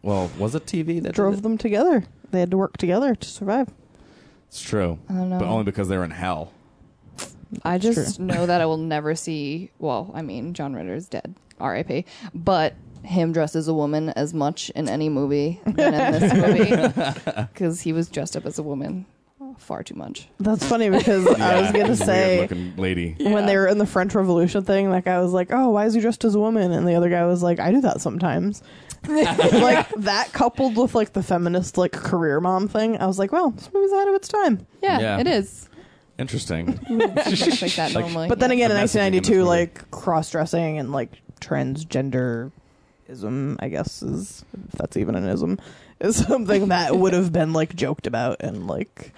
Speaker 4: well, was it TV that
Speaker 7: drove
Speaker 4: Did
Speaker 7: them together. They had to work together to survive.
Speaker 4: it? It's true.
Speaker 5: I don't know.
Speaker 4: But only because they were in hell.
Speaker 5: I just know that I will never see. Well, I mean, John Ritter is dead, R.I.P. But him dressed as a woman as much in any movie than in this movie because he was dressed up as a woman far too much.
Speaker 7: That's funny because I was going to say
Speaker 4: looking lady.
Speaker 7: when they were in the French Revolution thing, like I was like, "Oh, why is he dressed as a woman?" And the other guy was like, "I do that sometimes." like that coupled with like the feminist like career mom thing, I was like, "Well, this movie's ahead of its time."
Speaker 5: Yeah,
Speaker 4: Yeah.
Speaker 5: it is.
Speaker 4: Interesting.
Speaker 5: It's like that normally.
Speaker 7: But then
Speaker 5: yeah.
Speaker 7: again, in
Speaker 4: The messaging in this
Speaker 7: 1992,
Speaker 4: movie.
Speaker 7: like cross dressing and like transgenderism, I guess is if that's even an ism, is something that would have been like joked about and like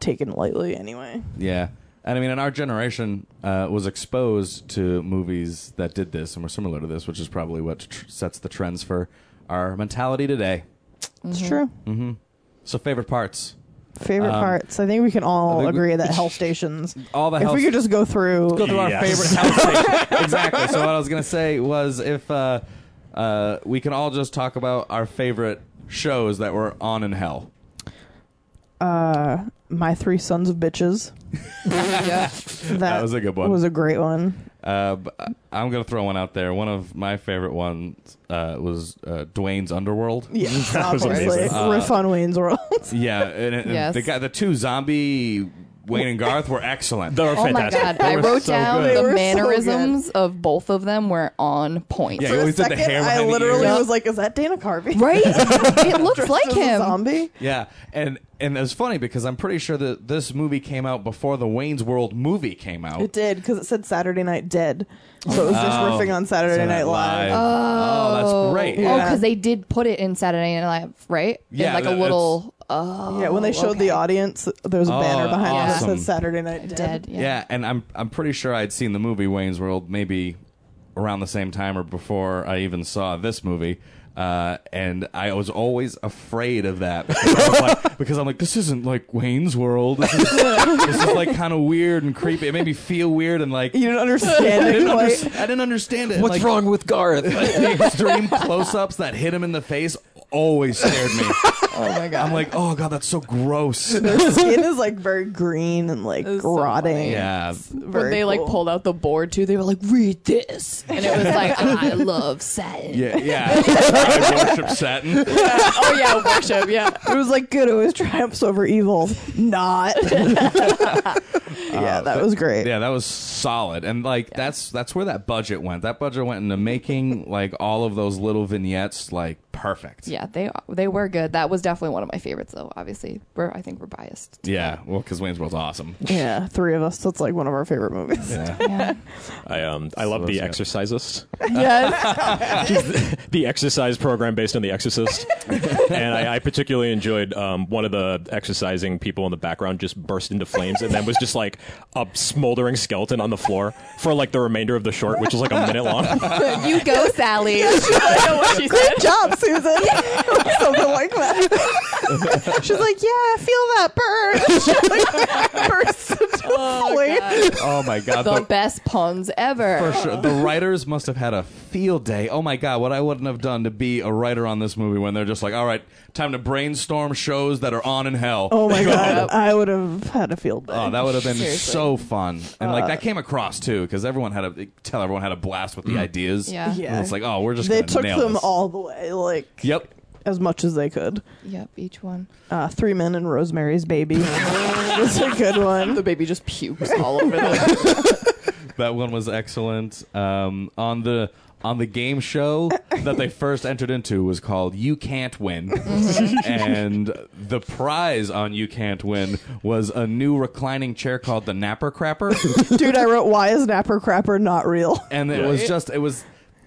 Speaker 7: taken lightly anyway.
Speaker 4: yeah. And I mean, in our generation, uh, was exposed to movies that did this and were similar to this, which is probably what tr- sets the trends for our mentality today.
Speaker 7: It's
Speaker 5: Mm-hmm.
Speaker 7: true.
Speaker 4: Mm-hmm. So, favorite parts.
Speaker 7: Favorite parts. I think we can all
Speaker 4: Um, I think we-
Speaker 7: agree that health stations.
Speaker 4: All the
Speaker 7: if
Speaker 4: health-
Speaker 7: we could just go through.
Speaker 4: go through our
Speaker 6: Yes.
Speaker 4: favorite house station. exactly. So what I was gonna say was if uh, uh, we can all just talk about our favorite shows that were on in hell.
Speaker 7: uh, my three sons of bitches.
Speaker 5: yeah.
Speaker 7: That,
Speaker 4: was a good one.
Speaker 7: Was a great one.
Speaker 4: Uh, b- I'm gonna throw one out there. One of my favorite ones uh, was uh, Dwayne's Underworld.
Speaker 7: Yeah,
Speaker 6: was
Speaker 7: obviously.
Speaker 6: amazing.
Speaker 7: Riff on Wayne's World.
Speaker 4: Yeah, and, and
Speaker 5: Yes.
Speaker 4: the guy, the two zombie Wayne and Garth were excellent.
Speaker 6: They were
Speaker 5: Oh my
Speaker 6: fantastic.
Speaker 5: god!
Speaker 6: They
Speaker 5: I
Speaker 6: were
Speaker 5: wrote
Speaker 6: so
Speaker 5: down
Speaker 6: good.
Speaker 7: They
Speaker 5: the
Speaker 7: were so
Speaker 5: mannerisms of both of them were on point.
Speaker 4: Yeah,
Speaker 7: For
Speaker 4: he
Speaker 7: a
Speaker 4: always did the
Speaker 7: second,
Speaker 4: hair
Speaker 7: I
Speaker 4: behind the
Speaker 7: literally
Speaker 4: ears.
Speaker 7: was like, "Is that Dana Carvey?"
Speaker 5: Right? it looks
Speaker 7: Dressed
Speaker 5: like
Speaker 7: as a
Speaker 5: him.
Speaker 7: zombie.
Speaker 4: Yeah, and and it was funny because I'm pretty sure that this movie came out before the Wayne's World movie came out.
Speaker 7: It did because it said Saturday Night Dead, so it was just riffing on Saturday
Speaker 4: Oh. Saturday
Speaker 7: Night Live.
Speaker 4: Oh, that's great.
Speaker 5: Oh,
Speaker 7: Yeah.
Speaker 5: because they did put it in Saturday Night Live, right?
Speaker 4: Yeah,
Speaker 5: in like
Speaker 4: that-
Speaker 5: a little. Oh,
Speaker 7: yeah, when they showed
Speaker 5: okay.
Speaker 7: the audience, there was a
Speaker 4: Oh,
Speaker 7: banner behind it that
Speaker 4: awesome.
Speaker 7: said Saturday Night Dead.
Speaker 5: dead. Yeah.
Speaker 4: Yeah. and I'm I'm pretty sure I'd seen the movie Wayne's World maybe around the same time or before I even saw this movie. Uh, and I was always afraid of that because, I was like, because I'm like, this isn't like Wayne's World. This is, this is like kind of weird and creepy. It made me feel weird and like
Speaker 7: You didn't understand
Speaker 4: I
Speaker 7: it
Speaker 4: didn't,
Speaker 7: quite.
Speaker 4: under- I didn't understand it.
Speaker 6: What's
Speaker 4: Like,
Speaker 6: wrong with Garth?
Speaker 4: the extreme close-ups that hit him in the face always scared me. Oh my god! I'm like, oh god, that's so gross.
Speaker 7: Their skin is like very green and like
Speaker 5: was so
Speaker 7: rotting.
Speaker 5: funny.
Speaker 4: Yeah,
Speaker 7: Very
Speaker 5: When they like
Speaker 7: cool.
Speaker 5: pulled out the board too, they were like, "Read this," and it was like, "I love satin."
Speaker 4: yeah, yeah. I worship satin.
Speaker 5: Oh yeah, worship. Yeah.
Speaker 7: It was like good always triumphs over evil. Not. yeah, that was great.
Speaker 4: Uh, Yeah, that was solid. And like that's that's where that budget went. That budget went into making like all of those little vignettes like perfect.
Speaker 5: Yeah, they they were good. That was definitely one of my favorites, though. Obviously, we're I think we're biased.
Speaker 4: Yeah, well, because Wayne's World's awesome.
Speaker 7: Yeah, three of us. That's like one of our favorite movies.
Speaker 5: Yeah.
Speaker 6: I um I love
Speaker 4: that's
Speaker 6: the
Speaker 4: good.
Speaker 6: Exorcist.
Speaker 5: yes.
Speaker 6: the exercise program based on The Exorcist, and I, I particularly enjoyed um, one of the exercising people in the background just burst into flames, and then was just like a smoldering skeleton on the floor for like the remainder of the short, which is like a minute long.
Speaker 5: You go, Sally. I know what she said.
Speaker 7: Good job, Susan. Or Something like that. She's like, yeah, I feel that burn. She like bursts into flame.
Speaker 4: Oh my god.
Speaker 5: The
Speaker 4: the-
Speaker 5: best puns ever.
Speaker 4: for sure. The writers must have had a field day. Oh my god, what I wouldn't have done to be a writer on this movie when they're just like, all right, time to brainstorm shows that are on in hell.
Speaker 7: Oh my god, I would have had a field day.
Speaker 4: Oh, that would have been
Speaker 5: Seriously.
Speaker 4: so fun, and like
Speaker 7: Uh,
Speaker 4: that came across too, because everyone had a tell everyone had a blast with the ideas.
Speaker 5: Mm. Yeah.
Speaker 7: Yeah.
Speaker 4: And it's like, oh, we're just
Speaker 7: they
Speaker 4: gonna
Speaker 7: took
Speaker 4: nail
Speaker 7: them
Speaker 4: this.
Speaker 7: all the way, like
Speaker 4: Yep,
Speaker 7: as much as they could.
Speaker 5: Yep, each one.
Speaker 7: Uh, Three Men and Rosemary's Baby was a good one.
Speaker 5: The baby just pukes all over the.
Speaker 4: That one was excellent. Um, on the on the game show that they first entered into was called "You Can't Win," and the prize on "You Can't Win" was a new reclining chair called the Napper Crapper,
Speaker 7: Dude, I wrote, why is Napper Crapper not real?
Speaker 4: and it was just it was.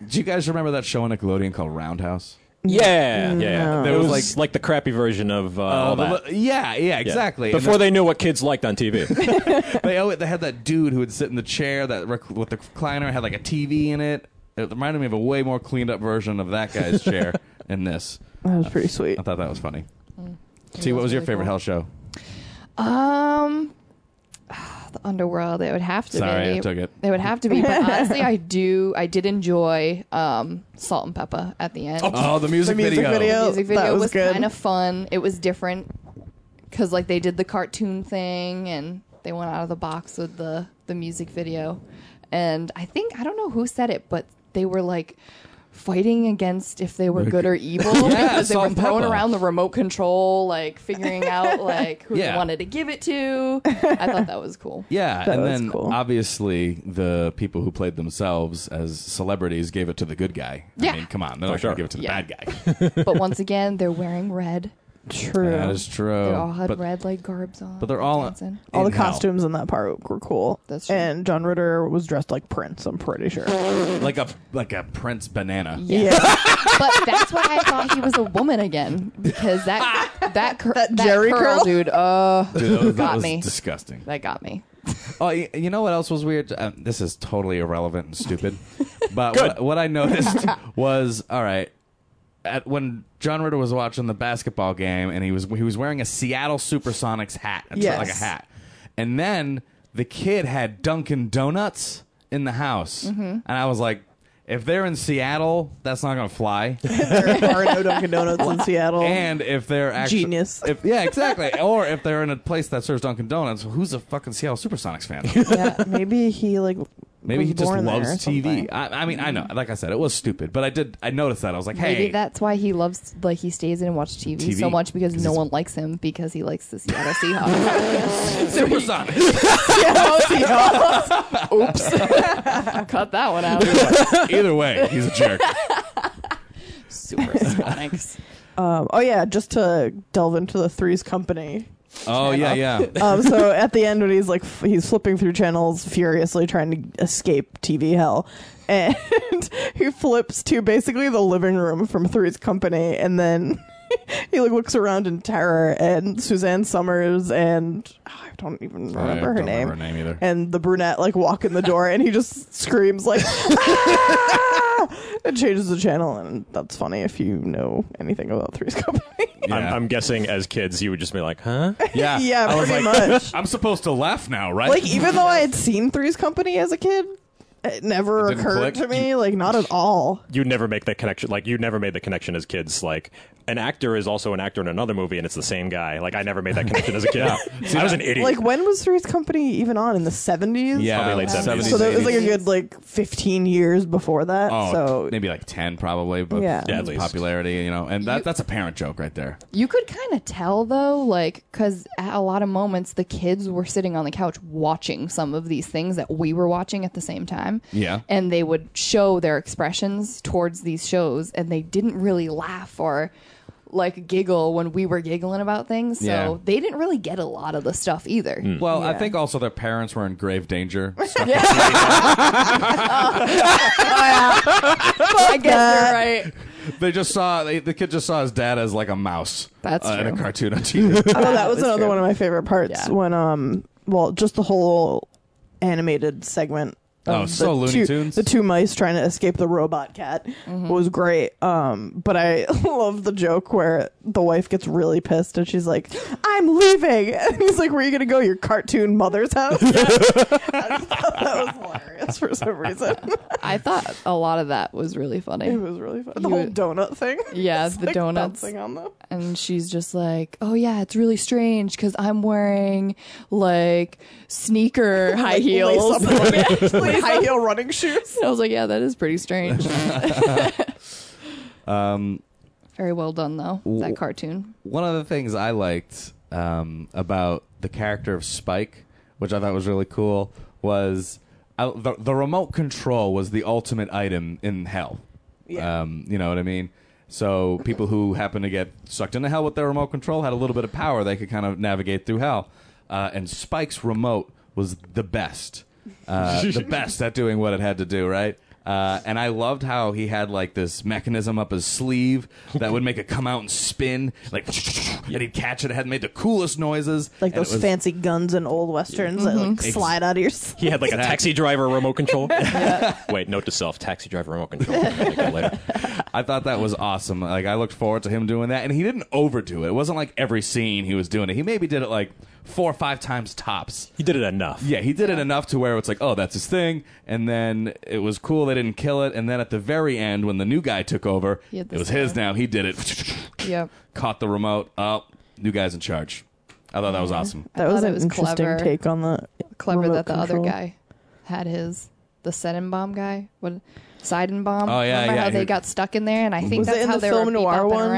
Speaker 4: Do you guys remember that show on Nickelodeon called Roundhouse?
Speaker 6: Yeah, yeah. yeah.
Speaker 4: There
Speaker 6: It
Speaker 4: was,
Speaker 6: was like the crappy version of uh, all
Speaker 4: Uh,
Speaker 6: that.
Speaker 4: the- yeah, yeah,
Speaker 6: Yeah.
Speaker 4: exactly. And
Speaker 6: Before they knew what kids liked on TV.
Speaker 4: they always, oh, they had that dude who would sit in the chair that rec- with the recliner had like a TV in it. It reminded me of a way more cleaned up version of that guy's chair in this.
Speaker 7: That was pretty sweet.
Speaker 4: I thought that was funny.
Speaker 5: Mm.
Speaker 4: T, what was your favorite hell show?
Speaker 5: Um, the underworld. It would have to
Speaker 4: Sorry,
Speaker 5: be.
Speaker 4: I took it.
Speaker 5: It would have to be. But honestly, I do. I did enjoy um, Salt and Pepper at the end.
Speaker 4: Oh, the music,
Speaker 7: The music video.
Speaker 5: The music video
Speaker 7: Oh, that was
Speaker 5: was,
Speaker 7: good.
Speaker 5: kind of fun. It was different because like they did the cartoon thing and they went out of the box with the the music video. And I think I don't know who said it, but they were like fighting against if they were good or evil because they
Speaker 4: Salt
Speaker 5: were
Speaker 4: and
Speaker 5: throwing
Speaker 4: Pepper.
Speaker 5: around the remote control, like figuring out like who
Speaker 4: Yeah.
Speaker 5: they wanted to give it to. I thought that was cool.
Speaker 4: Yeah,
Speaker 7: That
Speaker 4: and
Speaker 7: was
Speaker 4: then
Speaker 7: cool.
Speaker 4: obviously the people who played themselves as celebrities gave it to the good guy.
Speaker 5: Yeah.
Speaker 4: I mean, come on, they're not
Speaker 6: sure.
Speaker 4: going to give it to the
Speaker 5: Yeah.
Speaker 4: bad guy.
Speaker 5: But once again, they're wearing red.
Speaker 7: True.
Speaker 4: that is true.
Speaker 5: They all had
Speaker 4: Oh, but,
Speaker 5: red like garbs on.
Speaker 4: but they're all
Speaker 5: dancing.
Speaker 7: All the
Speaker 4: in hell.
Speaker 7: costumes in that part were cool.
Speaker 5: That's true.
Speaker 7: And John Ritter was dressed like Prince, I'm pretty sure.
Speaker 4: like a like a Prince banana.
Speaker 7: yeah.
Speaker 5: but that's why I thought he was a woman again because that that cur-
Speaker 7: That
Speaker 5: that,
Speaker 7: Jerry
Speaker 5: curl,
Speaker 7: curl?
Speaker 5: dude. Uh,
Speaker 4: Dude, that was, that
Speaker 5: got
Speaker 4: was
Speaker 5: me.
Speaker 4: disgusting.
Speaker 5: That got me.
Speaker 4: Oh, y- you know what else was weird? Uh, this is totally irrelevant and stupid. But what, what I noticed was all right. At, when John Ritter was watching the basketball game, and he was he was wearing a Seattle SuperSonics hat, a tr-
Speaker 7: Yes.
Speaker 4: like a hat, and then the kid had Dunkin' Donuts in the house,
Speaker 7: Mm-hmm.
Speaker 4: and I was like, if they're in Seattle, that's not gonna fly.
Speaker 7: There are no Dunkin' Donuts in Seattle.
Speaker 4: And if they're actually
Speaker 7: Genius.
Speaker 4: if, yeah, exactly. or if they're in a place that serves Dunkin' Donuts, who's a fucking Seattle SuperSonics fan?
Speaker 7: yeah, maybe he like.
Speaker 4: Maybe
Speaker 7: was
Speaker 4: he just
Speaker 7: born there or
Speaker 4: loves TV.
Speaker 7: something.
Speaker 4: I, I mean, I know. Like I said, it was stupid, but I did. I noticed that. I was like, hey,
Speaker 5: Maybe that's why he loves like he stays in and watches TV,
Speaker 4: TV,
Speaker 5: so much because
Speaker 4: 'cause
Speaker 5: no
Speaker 4: he's-
Speaker 5: one likes him because he likes the Seattle Seahawks.
Speaker 4: supersonics.
Speaker 5: Seattle Seahawks. Oops. Cut that one out.
Speaker 4: Either way, he's a jerk.
Speaker 5: Supersonics.
Speaker 7: Um, oh yeah, just to delve into the Three's Company.
Speaker 4: Oh yeah, yeah.
Speaker 7: Um, so at the end, when he's like f- he's flipping through channels furiously trying to escape TV hell, and he flips to basically the living room from Three's Company, and then he like looks around in terror, and Suzanne Summers and oh, I don't even remember,
Speaker 4: I
Speaker 7: her,
Speaker 4: don't
Speaker 7: name.
Speaker 4: remember her name either.
Speaker 7: And the brunette like walk in the door, and he just screams like. "Ah!" and changes the channel, and that's funny if you know anything about Three's Company.
Speaker 4: Yeah.
Speaker 6: I'm, I'm guessing as kids, you would just be like, huh?
Speaker 4: yeah,
Speaker 7: yeah,
Speaker 4: I was
Speaker 7: pretty
Speaker 4: like,
Speaker 7: much.
Speaker 4: I'm supposed to laugh now, right?
Speaker 7: like even though I had seen Three's Company as a kid, it never
Speaker 4: It didn't
Speaker 7: occurred
Speaker 4: click?
Speaker 7: to me. Like not at all.
Speaker 6: you never make that connection. Like you never made the connection as kids. Like an actor is also an actor in another movie, and it's the same guy. Like I never made that connection as a kid. I was an idiot.
Speaker 7: Like when was Three's Company even on in the seventies?
Speaker 4: yeah,
Speaker 6: Probably late
Speaker 4: like
Speaker 6: 70s.
Speaker 7: So that was like a
Speaker 4: 80s.
Speaker 7: good like fifteen years before that.
Speaker 4: Oh,
Speaker 7: so
Speaker 4: maybe like ten, probably, but
Speaker 7: Yeah.
Speaker 6: Yeah, at
Speaker 4: its
Speaker 6: least.
Speaker 4: popularity, you know, and that, that's a parent joke right there.
Speaker 5: You could kind of tell though, like, because at a lot of moments the kids were sitting on the couch watching some of these things that we were watching at the same time.
Speaker 4: Yeah.
Speaker 5: And they would show their expressions towards these shows and they didn't really laugh or like giggle when we were giggling about things. So
Speaker 4: Yeah. Hmm.
Speaker 5: they didn't really get a lot of the stuff either.
Speaker 6: Mm.
Speaker 4: Well, I think also their parents were in grave danger. stuck
Speaker 5: I guess you're right.
Speaker 4: They just saw they, the kid just saw his dad as like a mouse.
Speaker 5: That's
Speaker 4: uh, in a
Speaker 5: true.
Speaker 4: cartoon on TV.
Speaker 7: oh, that was another
Speaker 5: true.
Speaker 7: one of my favorite parts
Speaker 5: Yeah.
Speaker 7: when um well just the whole animated segment. of
Speaker 4: Oh,
Speaker 7: the
Speaker 4: so Looney
Speaker 7: two-
Speaker 4: Tunes.
Speaker 7: The two mice trying to escape the robot cat
Speaker 5: Mm-hmm.
Speaker 7: was great. Um, but I love the joke where the wife gets really pissed and she's like, "I'm leaving," and he's like, "Where are you gonna go? Your cartoon mother's house?" I just thought that was hilarious for some reason.
Speaker 5: I thought a lot of that was really
Speaker 7: it
Speaker 5: funny.
Speaker 7: was really fun. The
Speaker 5: You-
Speaker 7: whole donut thing.
Speaker 5: Yeah,
Speaker 7: It's,
Speaker 5: the
Speaker 7: like,
Speaker 5: donuts.
Speaker 7: bouncing on them.
Speaker 5: and she's just like, "Oh yeah, it's really strange because I'm wearing like sneaker high heels."
Speaker 7: Lace up running- like high heel running shoes.
Speaker 5: I was like, "Yeah, that is pretty strange."
Speaker 4: um,
Speaker 5: Very well done though. That cartoon.
Speaker 4: one of the things I liked um, about the character of Spike, which I thought was really cool, was uh, the, the remote control was the ultimate item in hell.
Speaker 7: Yeah.
Speaker 4: Um, you know what I mean? So people who happen to get sucked into hell with their remote control had a little bit of power. They could kind of navigate through hell. Uh, and Spike's remote was the best, uh, the best at doing what it had to do, right? Uh, and I loved how he had like this mechanism up his sleeve that would make it come out and spin, like, and he'd catch it. It had made the coolest noises,
Speaker 7: like
Speaker 4: and it
Speaker 7: those
Speaker 4: was- Mm-hmm.
Speaker 7: fancy guns and old westerns that like slide out of your sleeve.
Speaker 6: he had like
Speaker 4: Exactly.
Speaker 6: a taxi driver remote control. Wait, note to self: taxi driver remote control. Make that later.
Speaker 4: I thought that was awesome. Like I looked forward to him doing that, and he didn't overdo it. It wasn't like every scene he was doing it. He maybe did it like four or five times tops.
Speaker 6: He did it enough.
Speaker 4: Yeah, he did it enough to where it's like, oh, that's his thing, and then it was cool. They didn't kill it, and then at the very end, when the new guy took over,
Speaker 5: He had
Speaker 4: it
Speaker 5: this
Speaker 4: was his
Speaker 5: guy.
Speaker 4: now. He did it.
Speaker 5: Yep.
Speaker 4: Caught the remote. Oh, new guy's in charge. I thought that was awesome.
Speaker 7: That was
Speaker 5: thought
Speaker 7: an
Speaker 5: it was
Speaker 7: interesting
Speaker 5: clever.
Speaker 7: take on the
Speaker 5: Clever
Speaker 7: remote
Speaker 5: that the
Speaker 7: control.
Speaker 5: other guy had his the Sennenbaum guy. What Seidenbaum?
Speaker 4: Oh, yeah,
Speaker 5: Remember
Speaker 4: yeah,
Speaker 5: how
Speaker 4: he-
Speaker 5: they got stuck in there, and I think
Speaker 7: Was it
Speaker 5: that's
Speaker 7: in
Speaker 5: how
Speaker 7: the
Speaker 5: they
Speaker 7: film
Speaker 5: were being
Speaker 7: noir
Speaker 5: up
Speaker 7: one?
Speaker 5: and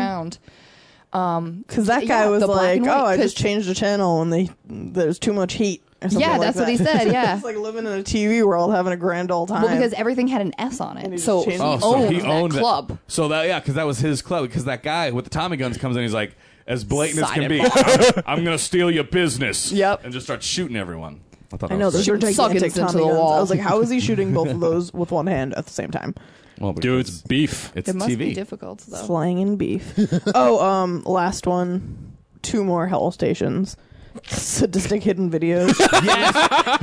Speaker 5: around.
Speaker 7: because that guy
Speaker 5: Yeah,
Speaker 7: was
Speaker 5: the black
Speaker 7: like,
Speaker 5: and
Speaker 7: "Oh,
Speaker 5: white,
Speaker 7: I
Speaker 5: 'cause-
Speaker 7: just changed the channel and they there's too much heat." Or something
Speaker 5: Yeah,
Speaker 7: like
Speaker 5: that's
Speaker 7: that.
Speaker 5: what he said, yeah.
Speaker 7: it's like living in a TV world, having a grand old time.
Speaker 5: Well, because everything had an S on
Speaker 7: And he
Speaker 5: it,
Speaker 7: just
Speaker 5: so
Speaker 7: changed
Speaker 5: he
Speaker 7: it.
Speaker 4: Oh,
Speaker 5: owned
Speaker 4: so he
Speaker 5: that
Speaker 4: owned it.
Speaker 5: club.
Speaker 4: So that yeah, because that was his club. Because that guy with the Tommy guns comes in, he's like, as blatant as can be. I'm, I'm gonna steal your business.
Speaker 5: Yep.
Speaker 4: And just start shooting everyone. I thought
Speaker 7: I know
Speaker 4: was
Speaker 7: those are
Speaker 5: Shooting
Speaker 7: gigantic
Speaker 5: suckings into
Speaker 7: Tommy
Speaker 5: the
Speaker 7: guns.
Speaker 5: wall.
Speaker 7: I was like, "How is he shooting both of those with one hand at the same time?"
Speaker 4: well,
Speaker 6: Dude's beef.
Speaker 4: It's
Speaker 5: It must
Speaker 4: TV.
Speaker 5: be difficult though.
Speaker 7: Flying in beef. oh, um, last one, two more hell stations. sadistic hidden videos. that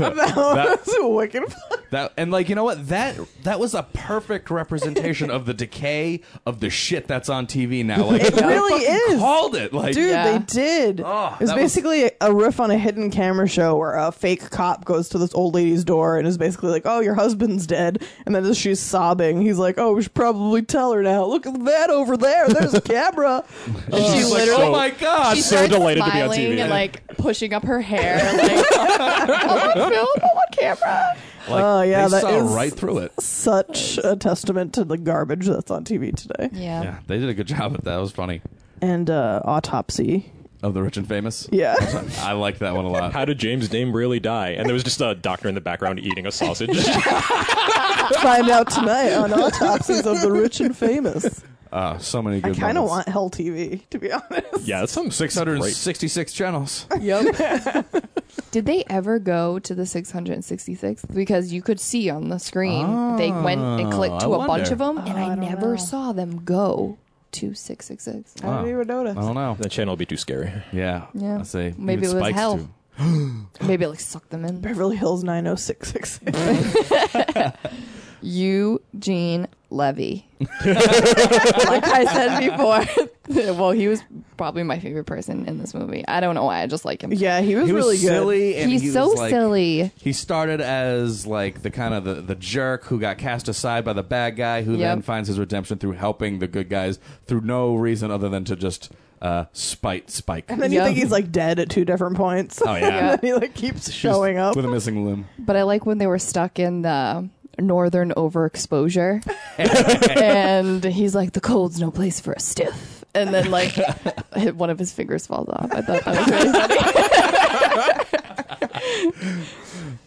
Speaker 7: was wicked. fun.
Speaker 4: That and like you know what that that was a perfect representation of the decay of the shit that's on TV now. Like
Speaker 7: It
Speaker 4: they
Speaker 7: really
Speaker 4: fucking
Speaker 7: is.
Speaker 4: Called it like
Speaker 7: Dude,
Speaker 5: Yeah.
Speaker 7: they did.
Speaker 4: Oh,
Speaker 7: it was
Speaker 4: that was-
Speaker 7: basically a riff on a hidden camera show where a fake cop goes to this old lady's door and is basically like, "Oh, your husband's dead," and then as she's sobbing, he's like, "Oh, we should probably tell her now. Look at that over there. There's a camera."
Speaker 4: she's
Speaker 5: she
Speaker 4: like,
Speaker 5: literally-
Speaker 4: oh my god.
Speaker 5: She
Speaker 6: so
Speaker 5: starts
Speaker 6: delighted to be on
Speaker 5: smiling
Speaker 6: TV.
Speaker 5: and like pushing up her hair. Like, I'm on film, I'm on camera.
Speaker 4: Like,
Speaker 7: Oh, yeah,
Speaker 4: they
Speaker 7: that
Speaker 4: saw
Speaker 7: is-
Speaker 4: right through it.
Speaker 7: Such a testament to the garbage that's on TV today.
Speaker 5: Yeah.
Speaker 4: Yeah, they did a good job at that. It was funny.
Speaker 7: And uh, autopsy.
Speaker 4: Of the rich and famous.
Speaker 7: Yeah.
Speaker 4: I like that one a lot.
Speaker 6: How did James Dame really die? And there was just a doctor in the background eating a sausage.
Speaker 7: Find out tonight on autopsies of the rich and famous.
Speaker 4: Uh, so many
Speaker 7: I
Speaker 4: good.
Speaker 7: kind of want Hell TV to be honest.
Speaker 6: yeah, that's some
Speaker 4: six hundred sixty-six channels.
Speaker 5: Yep. Did they ever go to the 666th? Because you could see on the screen they went and
Speaker 4: Oh,
Speaker 5: clicked to
Speaker 4: I
Speaker 5: a bunch
Speaker 4: wonder.
Speaker 5: of them, and Oh, I,
Speaker 7: I don't
Speaker 5: never
Speaker 7: know.
Speaker 5: saw them go to 666.
Speaker 7: I didn't even notice.
Speaker 4: I don't know.
Speaker 6: That channel would be too scary.
Speaker 4: Yeah.
Speaker 5: Yeah.
Speaker 4: I see.
Speaker 5: Maybe
Speaker 4: Even
Speaker 5: it was
Speaker 4: Spike's
Speaker 5: hell.
Speaker 4: too.
Speaker 5: Maybe it, like sucked them in.
Speaker 7: Beverly Hills 90666.
Speaker 5: Eugene Levy. like I said before, well, he was probably my favorite person in this movie. I don't know why. I just like him.
Speaker 7: yeah, he was
Speaker 4: He was
Speaker 7: really good.
Speaker 4: silly, and
Speaker 5: He's
Speaker 4: he was,
Speaker 5: so
Speaker 4: like-
Speaker 5: silly.
Speaker 4: He started as like the kind of the, the jerk who got cast aside by the bad guy, who then
Speaker 5: Yep.
Speaker 4: finds his redemption through helping the good guys through no reason other than to just uh, spite Spike.
Speaker 7: And then you
Speaker 5: Yeah.
Speaker 7: think he's like dead at two different points.
Speaker 4: Oh, yeah.
Speaker 7: and then he like keeps showing up.
Speaker 4: with a missing limb.
Speaker 5: But I like when they were stuck in the northern overexposure. and he's like, the cold's no place for a stiff. And then, like, hit- one of his fingers falls off. I thought that was really funny.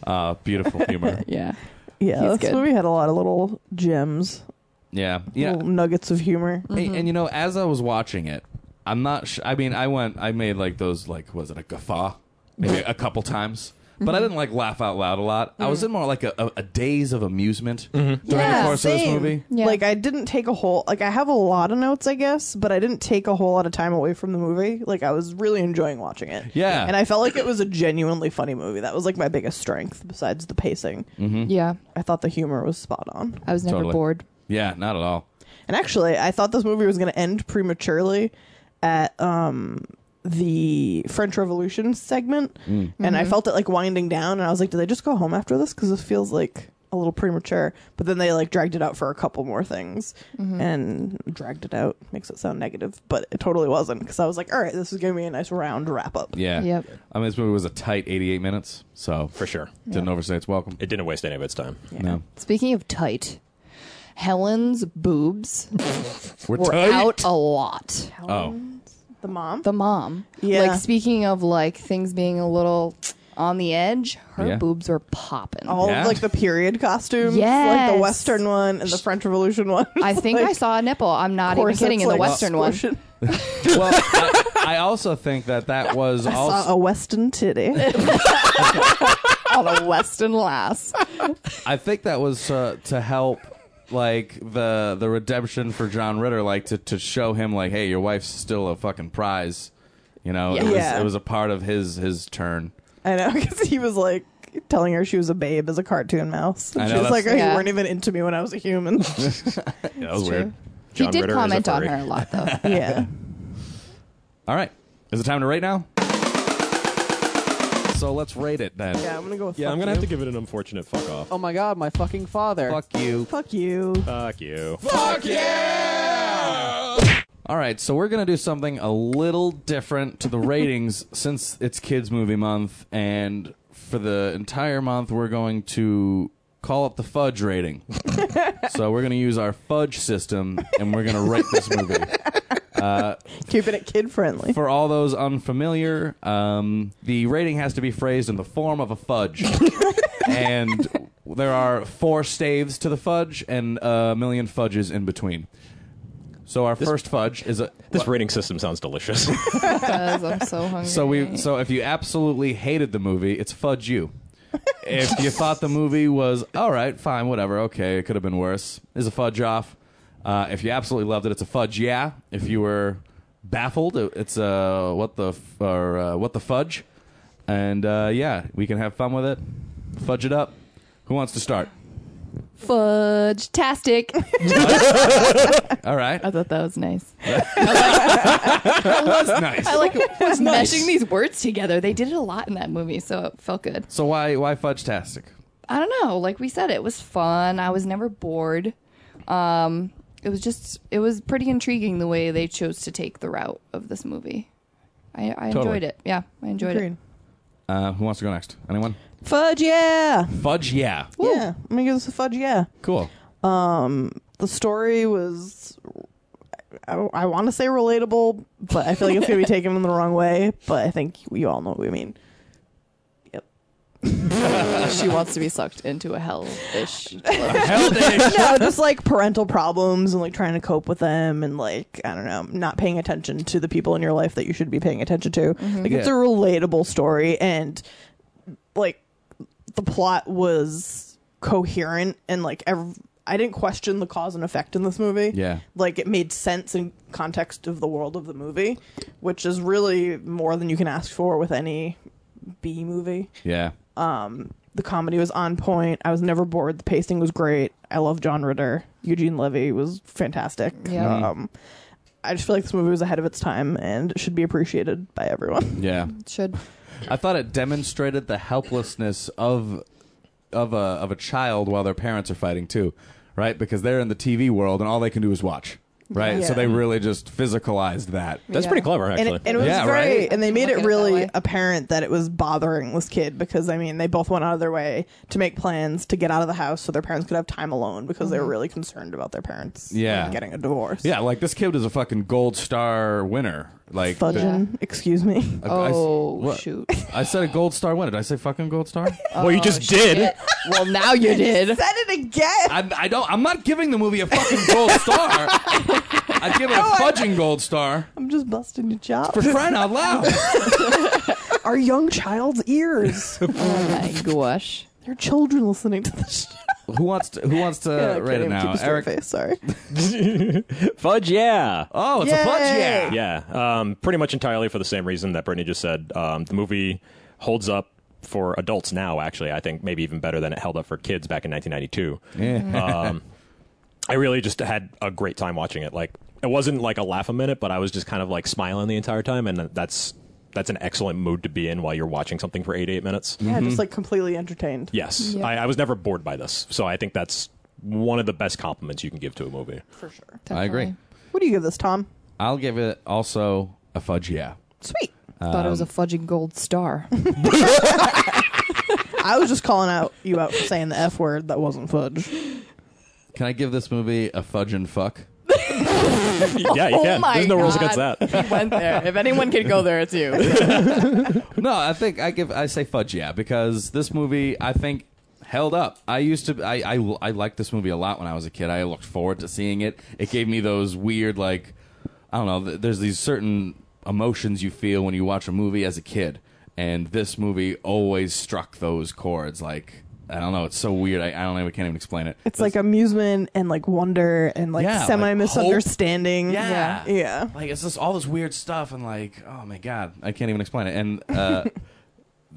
Speaker 4: Uh, beautiful humor.
Speaker 5: Yeah.
Speaker 7: yeah,
Speaker 5: he's
Speaker 7: this
Speaker 5: good.
Speaker 7: movie had a lot of little gems,
Speaker 4: yeah, yeah.
Speaker 7: little nuggets of humor.
Speaker 4: And, and, you know, as I was watching it, I'm not. Sh- I mean, I went. I made like those. Like, was it a guffaw? Maybe a couple times. But I didn't like laugh out loud a lot. I was in more like a, a, a daze of amusement during
Speaker 5: Yeah,
Speaker 4: the course of this
Speaker 7: Same.
Speaker 4: movie.
Speaker 5: Yeah.
Speaker 7: Like I didn't take a whole like I have a lot of notes, I guess, but I didn't take a whole lot of time away from the movie. Like I was really enjoying watching it.
Speaker 4: Yeah.
Speaker 7: And I felt like it was a genuinely funny movie. That was like my biggest strength besides the pacing.
Speaker 4: Mm-hmm.
Speaker 5: Yeah.
Speaker 7: I thought the humor was spot on.
Speaker 5: I was never
Speaker 4: Totally.
Speaker 5: bored.
Speaker 4: Yeah, not at all.
Speaker 7: And actually, I thought this movie was going to end prematurely at um the French Revolution segment,
Speaker 4: Mm.
Speaker 7: and
Speaker 5: Mm-hmm.
Speaker 7: I felt it like winding down. And I was like, "Did they just go home after this? Because this feels like a little premature." But then they like dragged it out for a couple more things,
Speaker 5: Mm-hmm.
Speaker 7: and dragged it out makes it sound negative, but it totally wasn't. Because I was like, "All right, this is going to be a nice round wrap up."
Speaker 4: Yeah.
Speaker 5: Yep.
Speaker 4: I mean, this movie was a tight 88 minutes, so
Speaker 6: For sure.
Speaker 4: didn't overstay its welcome.
Speaker 6: It didn't waste any of its time.
Speaker 4: No,
Speaker 5: Speaking of tight, Helen's boobs
Speaker 4: we're,
Speaker 5: were
Speaker 4: tight.
Speaker 5: out a lot.
Speaker 4: Oh,
Speaker 7: The mom,
Speaker 5: The mom.
Speaker 7: Yeah.
Speaker 5: Like, speaking of, like, things being a little on the edge, her
Speaker 4: Yeah.
Speaker 5: boobs were popping.
Speaker 7: all
Speaker 4: Yeah.
Speaker 7: of like the period costumes, like
Speaker 5: Yes.
Speaker 7: the Western one and the French Revolution one.
Speaker 5: I think I saw a nipple. I'm not even
Speaker 7: corsets,
Speaker 5: kidding. In the
Speaker 7: like,
Speaker 5: Western one,
Speaker 7: squishing.
Speaker 4: well, I, I also think that that was
Speaker 7: saw
Speaker 4: also.
Speaker 7: a Western titty.
Speaker 5: on a Western lass.
Speaker 4: I think that was uh, to help, like the the redemption for John Ritter, like to to show him, like, hey, your wife's still a fucking prize. You know, it,
Speaker 5: Yeah.
Speaker 4: was,
Speaker 7: Yeah.
Speaker 4: it was a part of his his turn.
Speaker 7: I know because he was like telling her she was a babe as a cartoon mouse. And
Speaker 4: I know,
Speaker 7: she was
Speaker 4: that's-
Speaker 7: like, oh,
Speaker 5: Yeah.
Speaker 7: "You weren't even into me when I was a human."
Speaker 4: Yeah, that was
Speaker 5: true.
Speaker 4: weird.
Speaker 5: he
Speaker 6: John
Speaker 5: did
Speaker 6: Ritter is a
Speaker 5: comment on
Speaker 6: furry.
Speaker 5: her a lot, though.
Speaker 7: yeah,
Speaker 4: All right, is it time to rate now? So let's rate it then.
Speaker 7: yeah. I'm gonna go with.
Speaker 6: Yeah,
Speaker 7: fuck
Speaker 6: I'm gonna
Speaker 7: you.
Speaker 6: have to give it an unfortunate fuck off.
Speaker 1: Oh my god, my fucking father.
Speaker 4: Fuck you.
Speaker 7: Fuck you.
Speaker 6: Fuck you.
Speaker 4: All right, so we're going to do something a little different to the ratings since it's Kids Movie Month. And for the entire month, we're going to call it the fudge rating. so we're going to use our fudge system and we're going to rate this movie.
Speaker 7: Keeping it kid friendly.
Speaker 4: For all those unfamiliar, um, the rating has to be phrased in the form of a fudge. and there are four staves to the fudge and a million fudges in between. So our first fudge is a.
Speaker 6: This rating system sounds delicious.
Speaker 5: Because I'm so hungry.
Speaker 4: So we so if you absolutely hated the movie, it's fudge you. if you thought the movie was all right, fine, whatever, okay, it could have been worse, is a fudge off. Uh, if you absolutely loved it, it's a fudge yeah. If you were baffled, it- it's a uh, what the f- or uh, what the fudge. And uh, yeah, we can have fun with it, fudge it up. Who wants to start?
Speaker 5: Fudge tastic.
Speaker 4: All right,
Speaker 5: I thought that was nice.
Speaker 4: that's nice.
Speaker 5: I like was meshing these words together. They did it a lot in that movie, so it felt good.
Speaker 4: So why why fudge tastic?
Speaker 5: I don't know. Like we said, it was fun. I was never bored. Um, it was just, it was pretty intriguing the way they chose to take the route of this movie. I, I
Speaker 4: Totally.
Speaker 5: enjoyed it. Yeah, I enjoyed it.
Speaker 7: Green.
Speaker 4: Uh, who wants to go next? Anyone?
Speaker 7: Fudge, yeah.
Speaker 4: Fudge, yeah.
Speaker 7: Yeah. I'm going to give this a fudge, yeah. Um,
Speaker 4: Cool.
Speaker 7: The story was, I, I want to say relatable, but I feel like it's going to be taken in the wrong way. But I think you all know what we mean. Yep.
Speaker 5: She wants to be sucked into a hellish.
Speaker 4: Hell day.
Speaker 7: no, just like parental problems and like trying to cope with them and like I don't know, not paying attention to the people in your life that you should be paying attention to. Like it's a
Speaker 4: Yeah.
Speaker 7: relatable story and like the plot was coherent and like ev- I didn't question the cause and effect in this movie.
Speaker 4: Yeah.
Speaker 7: Like it made sense in context of the world of the movie, which is really more than you can ask for with any B movie
Speaker 4: yeah.
Speaker 7: the comedy was on point. I was never bored. The pacing was great. I love John Ritter. Eugene Levy was fantastic.
Speaker 5: Yeah.
Speaker 4: Mm-hmm.
Speaker 7: Um, I just feel like this movie was ahead of its time and it should be appreciated by everyone.
Speaker 4: Yeah.
Speaker 5: Should
Speaker 4: I thought it demonstrated the helplessness of of a of a child while their parents are fighting too, right? Because they're in the TV world and all they can do is watch, right? So
Speaker 7: Yeah.
Speaker 4: they really just physicalized that.
Speaker 6: That's
Speaker 5: Yeah.
Speaker 6: pretty clever,
Speaker 7: And
Speaker 6: actually.
Speaker 7: it, and it was
Speaker 4: Yeah,
Speaker 7: very,
Speaker 4: right?
Speaker 7: and they
Speaker 5: Look
Speaker 7: made it
Speaker 5: at it that
Speaker 7: really
Speaker 5: way.
Speaker 7: apparent that it was bothering this kid because I mean they both went out of their way to make plans to get out of the house so their parents could have time alone because
Speaker 5: Mm-hmm.
Speaker 7: they were really concerned about their parents
Speaker 4: Yeah.
Speaker 7: getting a divorce.
Speaker 4: Yeah, like this kid is a fucking gold star winner. Like, I-
Speaker 7: Fudging, excuse me.
Speaker 4: I s-
Speaker 5: Oh,
Speaker 4: what?
Speaker 5: shoot.
Speaker 4: I said a gold star winner. Did I say fucking gold star?
Speaker 6: well, you
Speaker 7: Oh,
Speaker 6: just did.
Speaker 5: Well, now you did.
Speaker 7: Said it again.
Speaker 4: I'm, I don't. I'm not giving the movie a fucking gold star. I give it a fudging gold star
Speaker 7: Oh, I'm just busting your job.
Speaker 4: for crying out loud.
Speaker 7: Our young child's ears.
Speaker 5: Oh my gosh.
Speaker 7: There are children listening to this. Show.
Speaker 4: who wants to? Who wants to
Speaker 7: Yeah, I can't
Speaker 4: rate it
Speaker 7: even
Speaker 4: now?
Speaker 7: keep a straight
Speaker 4: Eric.
Speaker 7: face, sorry.
Speaker 6: Fudge, yeah.
Speaker 4: Oh, it's a fudge.
Speaker 7: Yay!
Speaker 4: Yeah.
Speaker 6: Yeah, um, pretty much entirely for the same reason that Brittany just said. Um, the movie holds up for adults now. Actually, I think maybe even better than it held up for kids back in 1992.
Speaker 4: Yeah.
Speaker 6: Um, I really just had a great time watching it. Like it wasn't like a laugh a minute, but I was just kind of like smiling the entire time, and that's that's an excellent mood to be in while you're watching something for 88 minutes.
Speaker 7: Yeah,
Speaker 4: Mm-hmm.
Speaker 7: just like completely entertained.
Speaker 6: Yes,
Speaker 5: Yeah.
Speaker 6: I, I was never bored by this, so I think that's one of the best compliments you can give to a movie.
Speaker 7: for sure.
Speaker 4: I agree.
Speaker 7: What do you give this, Tom?
Speaker 4: I'll give it also a fudge. Yeah.
Speaker 7: Sweet.
Speaker 5: Thought it was a fudging gold star.
Speaker 7: I was just calling out you out for saying the f word that wasn't fudge.
Speaker 4: Can I give this movie a fudge and fuck?
Speaker 6: yeah, you can. There's no rules against that.
Speaker 5: went there. If anyone can go there, it's you.
Speaker 4: No, I think I give I say fudge yeah because this movie I think held up. I used to I I, I liked this movie a lot when I was a kid. I looked forward to seeing it. It gave me those weird like I don't know. th- There's these certain emotions you feel when you watch a movie as a kid, and this movie always struck those chords. Like I don't know, it's so weird. I, I don't know. I can't even explain it.
Speaker 7: It's like amusement and like wonder and like
Speaker 4: Yeah, like
Speaker 7: semi misunderstanding.
Speaker 4: Yeah.
Speaker 7: yeah. Yeah.
Speaker 4: Like it's just all this weird stuff, and like, oh my god, I can't even explain it. And uh,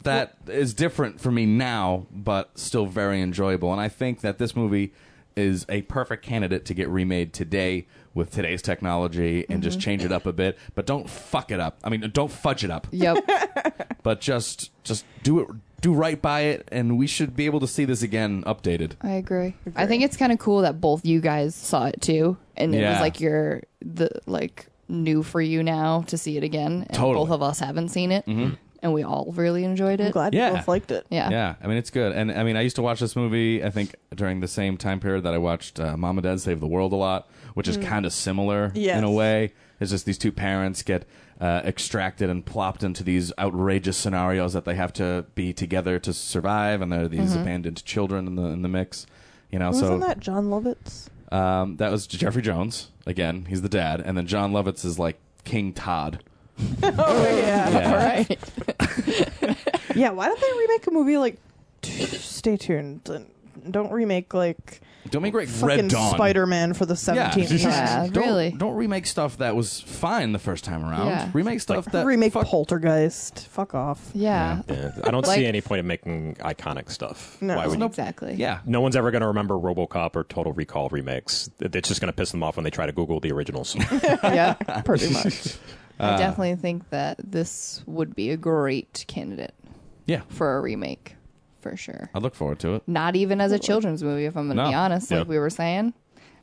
Speaker 4: that is different for me now, but still very enjoyable. And I think that this movie is a perfect candidate to get remade today with today's technology and just change it up a bit. But don't fuck it up. I mean, don't fudge it up.
Speaker 5: Yep.
Speaker 4: But just just do it. Do right by it, and we should be able to see this again updated.
Speaker 5: I agree. I think it's kind of cool that both you guys saw it too, and it
Speaker 4: Yeah.
Speaker 5: was like your the like new for you now to see it again. And
Speaker 4: Totally.
Speaker 5: Both of us haven't seen it, and we all really enjoyed
Speaker 7: I'm
Speaker 5: it.
Speaker 7: glad
Speaker 4: Yeah.
Speaker 7: you both liked it.
Speaker 5: Mm-hmm. Yeah.
Speaker 4: Yeah, I mean it's good, and I mean I used to watch this movie. I think during the same time period that I watched uh, Mom and Dad Save the World a lot, which is kind of similar
Speaker 7: Yes.
Speaker 4: in a way. It's just these two parents get uh, extracted and plopped into these outrageous scenarios that they have to be together to survive, and there are these abandoned children in the in the mix. You know, so
Speaker 7: Wasn't that John Lovitz?
Speaker 4: um, that was Jeffrey Jones again. He's the dad, and then John Lovitz is like King Todd.
Speaker 7: Oh yeah.
Speaker 4: Yeah.
Speaker 5: Right.
Speaker 7: Yeah, why don't they remake a movie like t- stay tuned and don't remake like
Speaker 4: Don't make great Red
Speaker 7: fucking
Speaker 4: Dawn.
Speaker 7: Spider Man for the seventeenth time.
Speaker 5: Yeah,
Speaker 4: don't,
Speaker 5: really.
Speaker 4: Don't remake stuff that was fine the first time around.
Speaker 5: Yeah.
Speaker 4: Remake stuff that
Speaker 7: Remake
Speaker 4: fuck-
Speaker 7: Poltergeist. Fuck off.
Speaker 5: Yeah.
Speaker 6: Yeah, I don't
Speaker 5: Like-
Speaker 6: see any point in making iconic stuff.
Speaker 7: No.
Speaker 6: Why would
Speaker 4: Nope.
Speaker 5: Exactly.
Speaker 4: Yeah.
Speaker 6: no one's ever going to remember RoboCop or Total Recall remakes. It's just going to piss them off when they try to Google the originals.
Speaker 5: yeah, pretty much. I definitely think that this would be a great candidate
Speaker 4: Yeah.
Speaker 5: for a remake, for sure.
Speaker 4: I look forward to it.
Speaker 5: Not even as a children's movie, if I'm going to be
Speaker 4: No.
Speaker 5: honest, like
Speaker 6: Yeah.
Speaker 5: we were saying.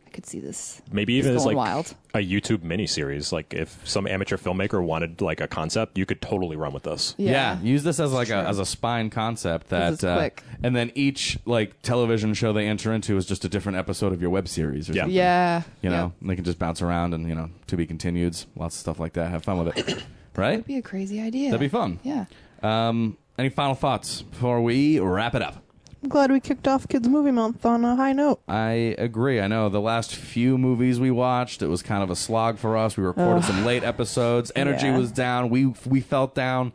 Speaker 5: I could see this.
Speaker 6: Maybe even
Speaker 5: It's
Speaker 6: as like
Speaker 5: going wild.
Speaker 6: a YouTube miniseries. Like if some amateur filmmaker wanted like a concept, you could totally run with this.
Speaker 5: Yeah.
Speaker 4: Use this as like a, as a spine concept
Speaker 5: This
Speaker 4: that uh,
Speaker 5: is quick.
Speaker 4: and then each like television show they enter into is just a different episode of your web series or
Speaker 6: Yeah.
Speaker 4: something.
Speaker 5: Yeah.
Speaker 4: You know,
Speaker 5: Yeah.
Speaker 4: and they can just bounce around and, you know, to be continued, lots of stuff like that. Have fun with it. right?
Speaker 5: Be a crazy idea.
Speaker 4: That'd be fun.
Speaker 5: Yeah.
Speaker 4: Um, any final thoughts before we wrap it up?
Speaker 7: I'm glad we kicked off Kids Movie Month on a high note.
Speaker 4: I agree. I know the last few movies we watched, it was kind of a slog for us. We recorded some late episodes. Energy
Speaker 7: Yeah.
Speaker 4: was down. We we felt down.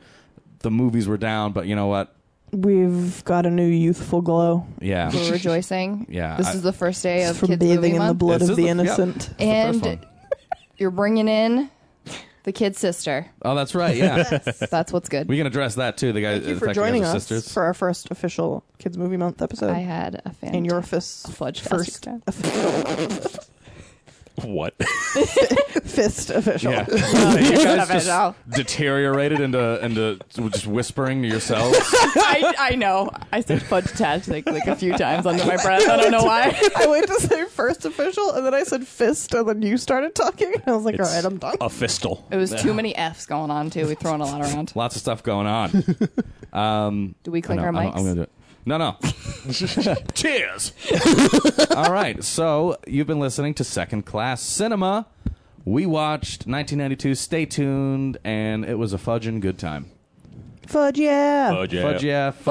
Speaker 4: The movies were down, but you know what?
Speaker 7: We've got a new youthful glow.
Speaker 4: Yeah.
Speaker 5: We're rejoicing.
Speaker 4: Yeah,
Speaker 5: This
Speaker 4: I-
Speaker 5: is the first day of
Speaker 7: From
Speaker 5: Kids
Speaker 7: bathing
Speaker 5: Movie
Speaker 7: in the
Speaker 5: Month.
Speaker 7: blood
Speaker 4: This
Speaker 7: of
Speaker 4: is
Speaker 7: the
Speaker 4: the- yeah.
Speaker 7: innocent.
Speaker 4: It's the first one.
Speaker 5: and you're bringing in the kid sister.
Speaker 4: Oh, that's right. Yeah.
Speaker 5: That's what's good.
Speaker 4: we can address that too. The guy
Speaker 7: Thank you
Speaker 4: the
Speaker 7: for
Speaker 4: fact that he has
Speaker 7: joining
Speaker 4: a
Speaker 7: us
Speaker 4: sisters.
Speaker 7: for our first official Kids Movie Month episode.
Speaker 5: I had a fan.
Speaker 7: and your fist,
Speaker 5: fudge
Speaker 7: first
Speaker 5: time.
Speaker 6: What?
Speaker 7: fist official.
Speaker 4: Yeah. you guys
Speaker 5: at all.
Speaker 4: just deteriorated into into just whispering to yourselves.
Speaker 5: I, I know. I said fudge tash like, like a few times under my breath. I don't know why.
Speaker 7: I went to say first official, and then I said fist, and then you started talking. And I was like, all right, I'm done.
Speaker 6: A fistle.
Speaker 5: It was too many F's going on too. We throwing a lot around.
Speaker 4: Lots of stuff going on.
Speaker 5: Do we
Speaker 4: I
Speaker 5: click
Speaker 4: know,
Speaker 5: our
Speaker 4: I'm-
Speaker 5: mics?
Speaker 4: I'm gonna do it. No, no. Cheers. All right. So you've been listening to Second Class Cinema. We watched 1992. Stay tuned, and it was a fudging good time.
Speaker 7: Fudge, yeah.
Speaker 6: Fudge, yeah.
Speaker 4: Fudge, yeah, fudge.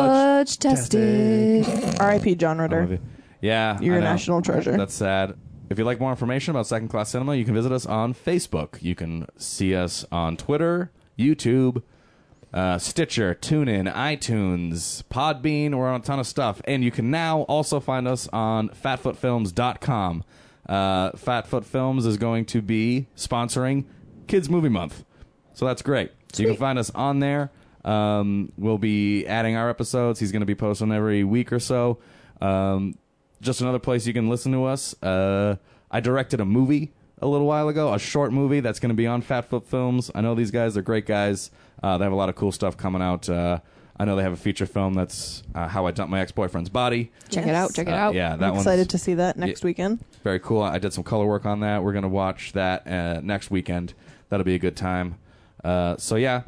Speaker 5: Fudge tested.
Speaker 7: R.I.P. John
Speaker 4: I love
Speaker 7: Ritter.
Speaker 4: you. Yeah,
Speaker 7: You're
Speaker 4: I
Speaker 7: a
Speaker 4: know.
Speaker 7: national treasure.
Speaker 4: That's sad. If you'd like more information about Second Class Cinema, you can visit us on Facebook. You can see us on Twitter, YouTube, uh, Stitcher, TuneIn, iTunes, Podbean. We're on a ton of stuff. And you can now also find us on fatfootfilms.com. Uh, Fatfoot Films is going to be sponsoring Kids Movie Month. So that's great. You can find us on there. Um, we'll be adding our episodes. He's going to be posting every week or so. Um, just another place you can listen to us. Uh, I directed a movie a little while ago, a short movie that's going to be on Fat Flip Films. I know these guys; they're great guys. Uh, they have a lot of cool stuff coming out. Uh, I know they have a feature film that's uh, how I dumped my ex boyfriend's body.
Speaker 5: Check it out. Check it
Speaker 4: Uh,
Speaker 5: out.
Speaker 4: yeah, that
Speaker 7: I'm
Speaker 4: one's
Speaker 7: excited to see that next
Speaker 4: Yeah.
Speaker 7: weekend.
Speaker 4: very cool. I did some color work on that. We're going to watch that uh, next weekend. That'll be a good time. Uh, so, yeah,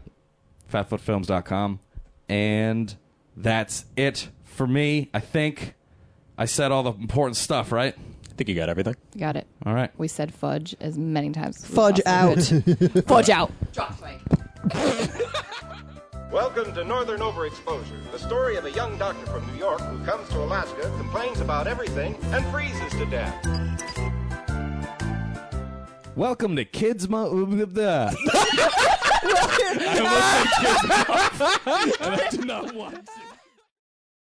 Speaker 4: fatfootfilms.com. And that's it for me. I think I said all the important stuff, right?
Speaker 6: I think you got everything.
Speaker 5: Got it.
Speaker 4: All right.
Speaker 5: We said fudge as many times. as we
Speaker 7: Fudge out.
Speaker 5: possibly could. fudge out. Drop mic.
Speaker 1: Welcome to Northern Overexposure, the story of a young doctor from New York who comes to Alaska, complains about everything, and freezes to death.
Speaker 4: Welcome to Kids Mo. I almost said Kids Month. and I did not want to.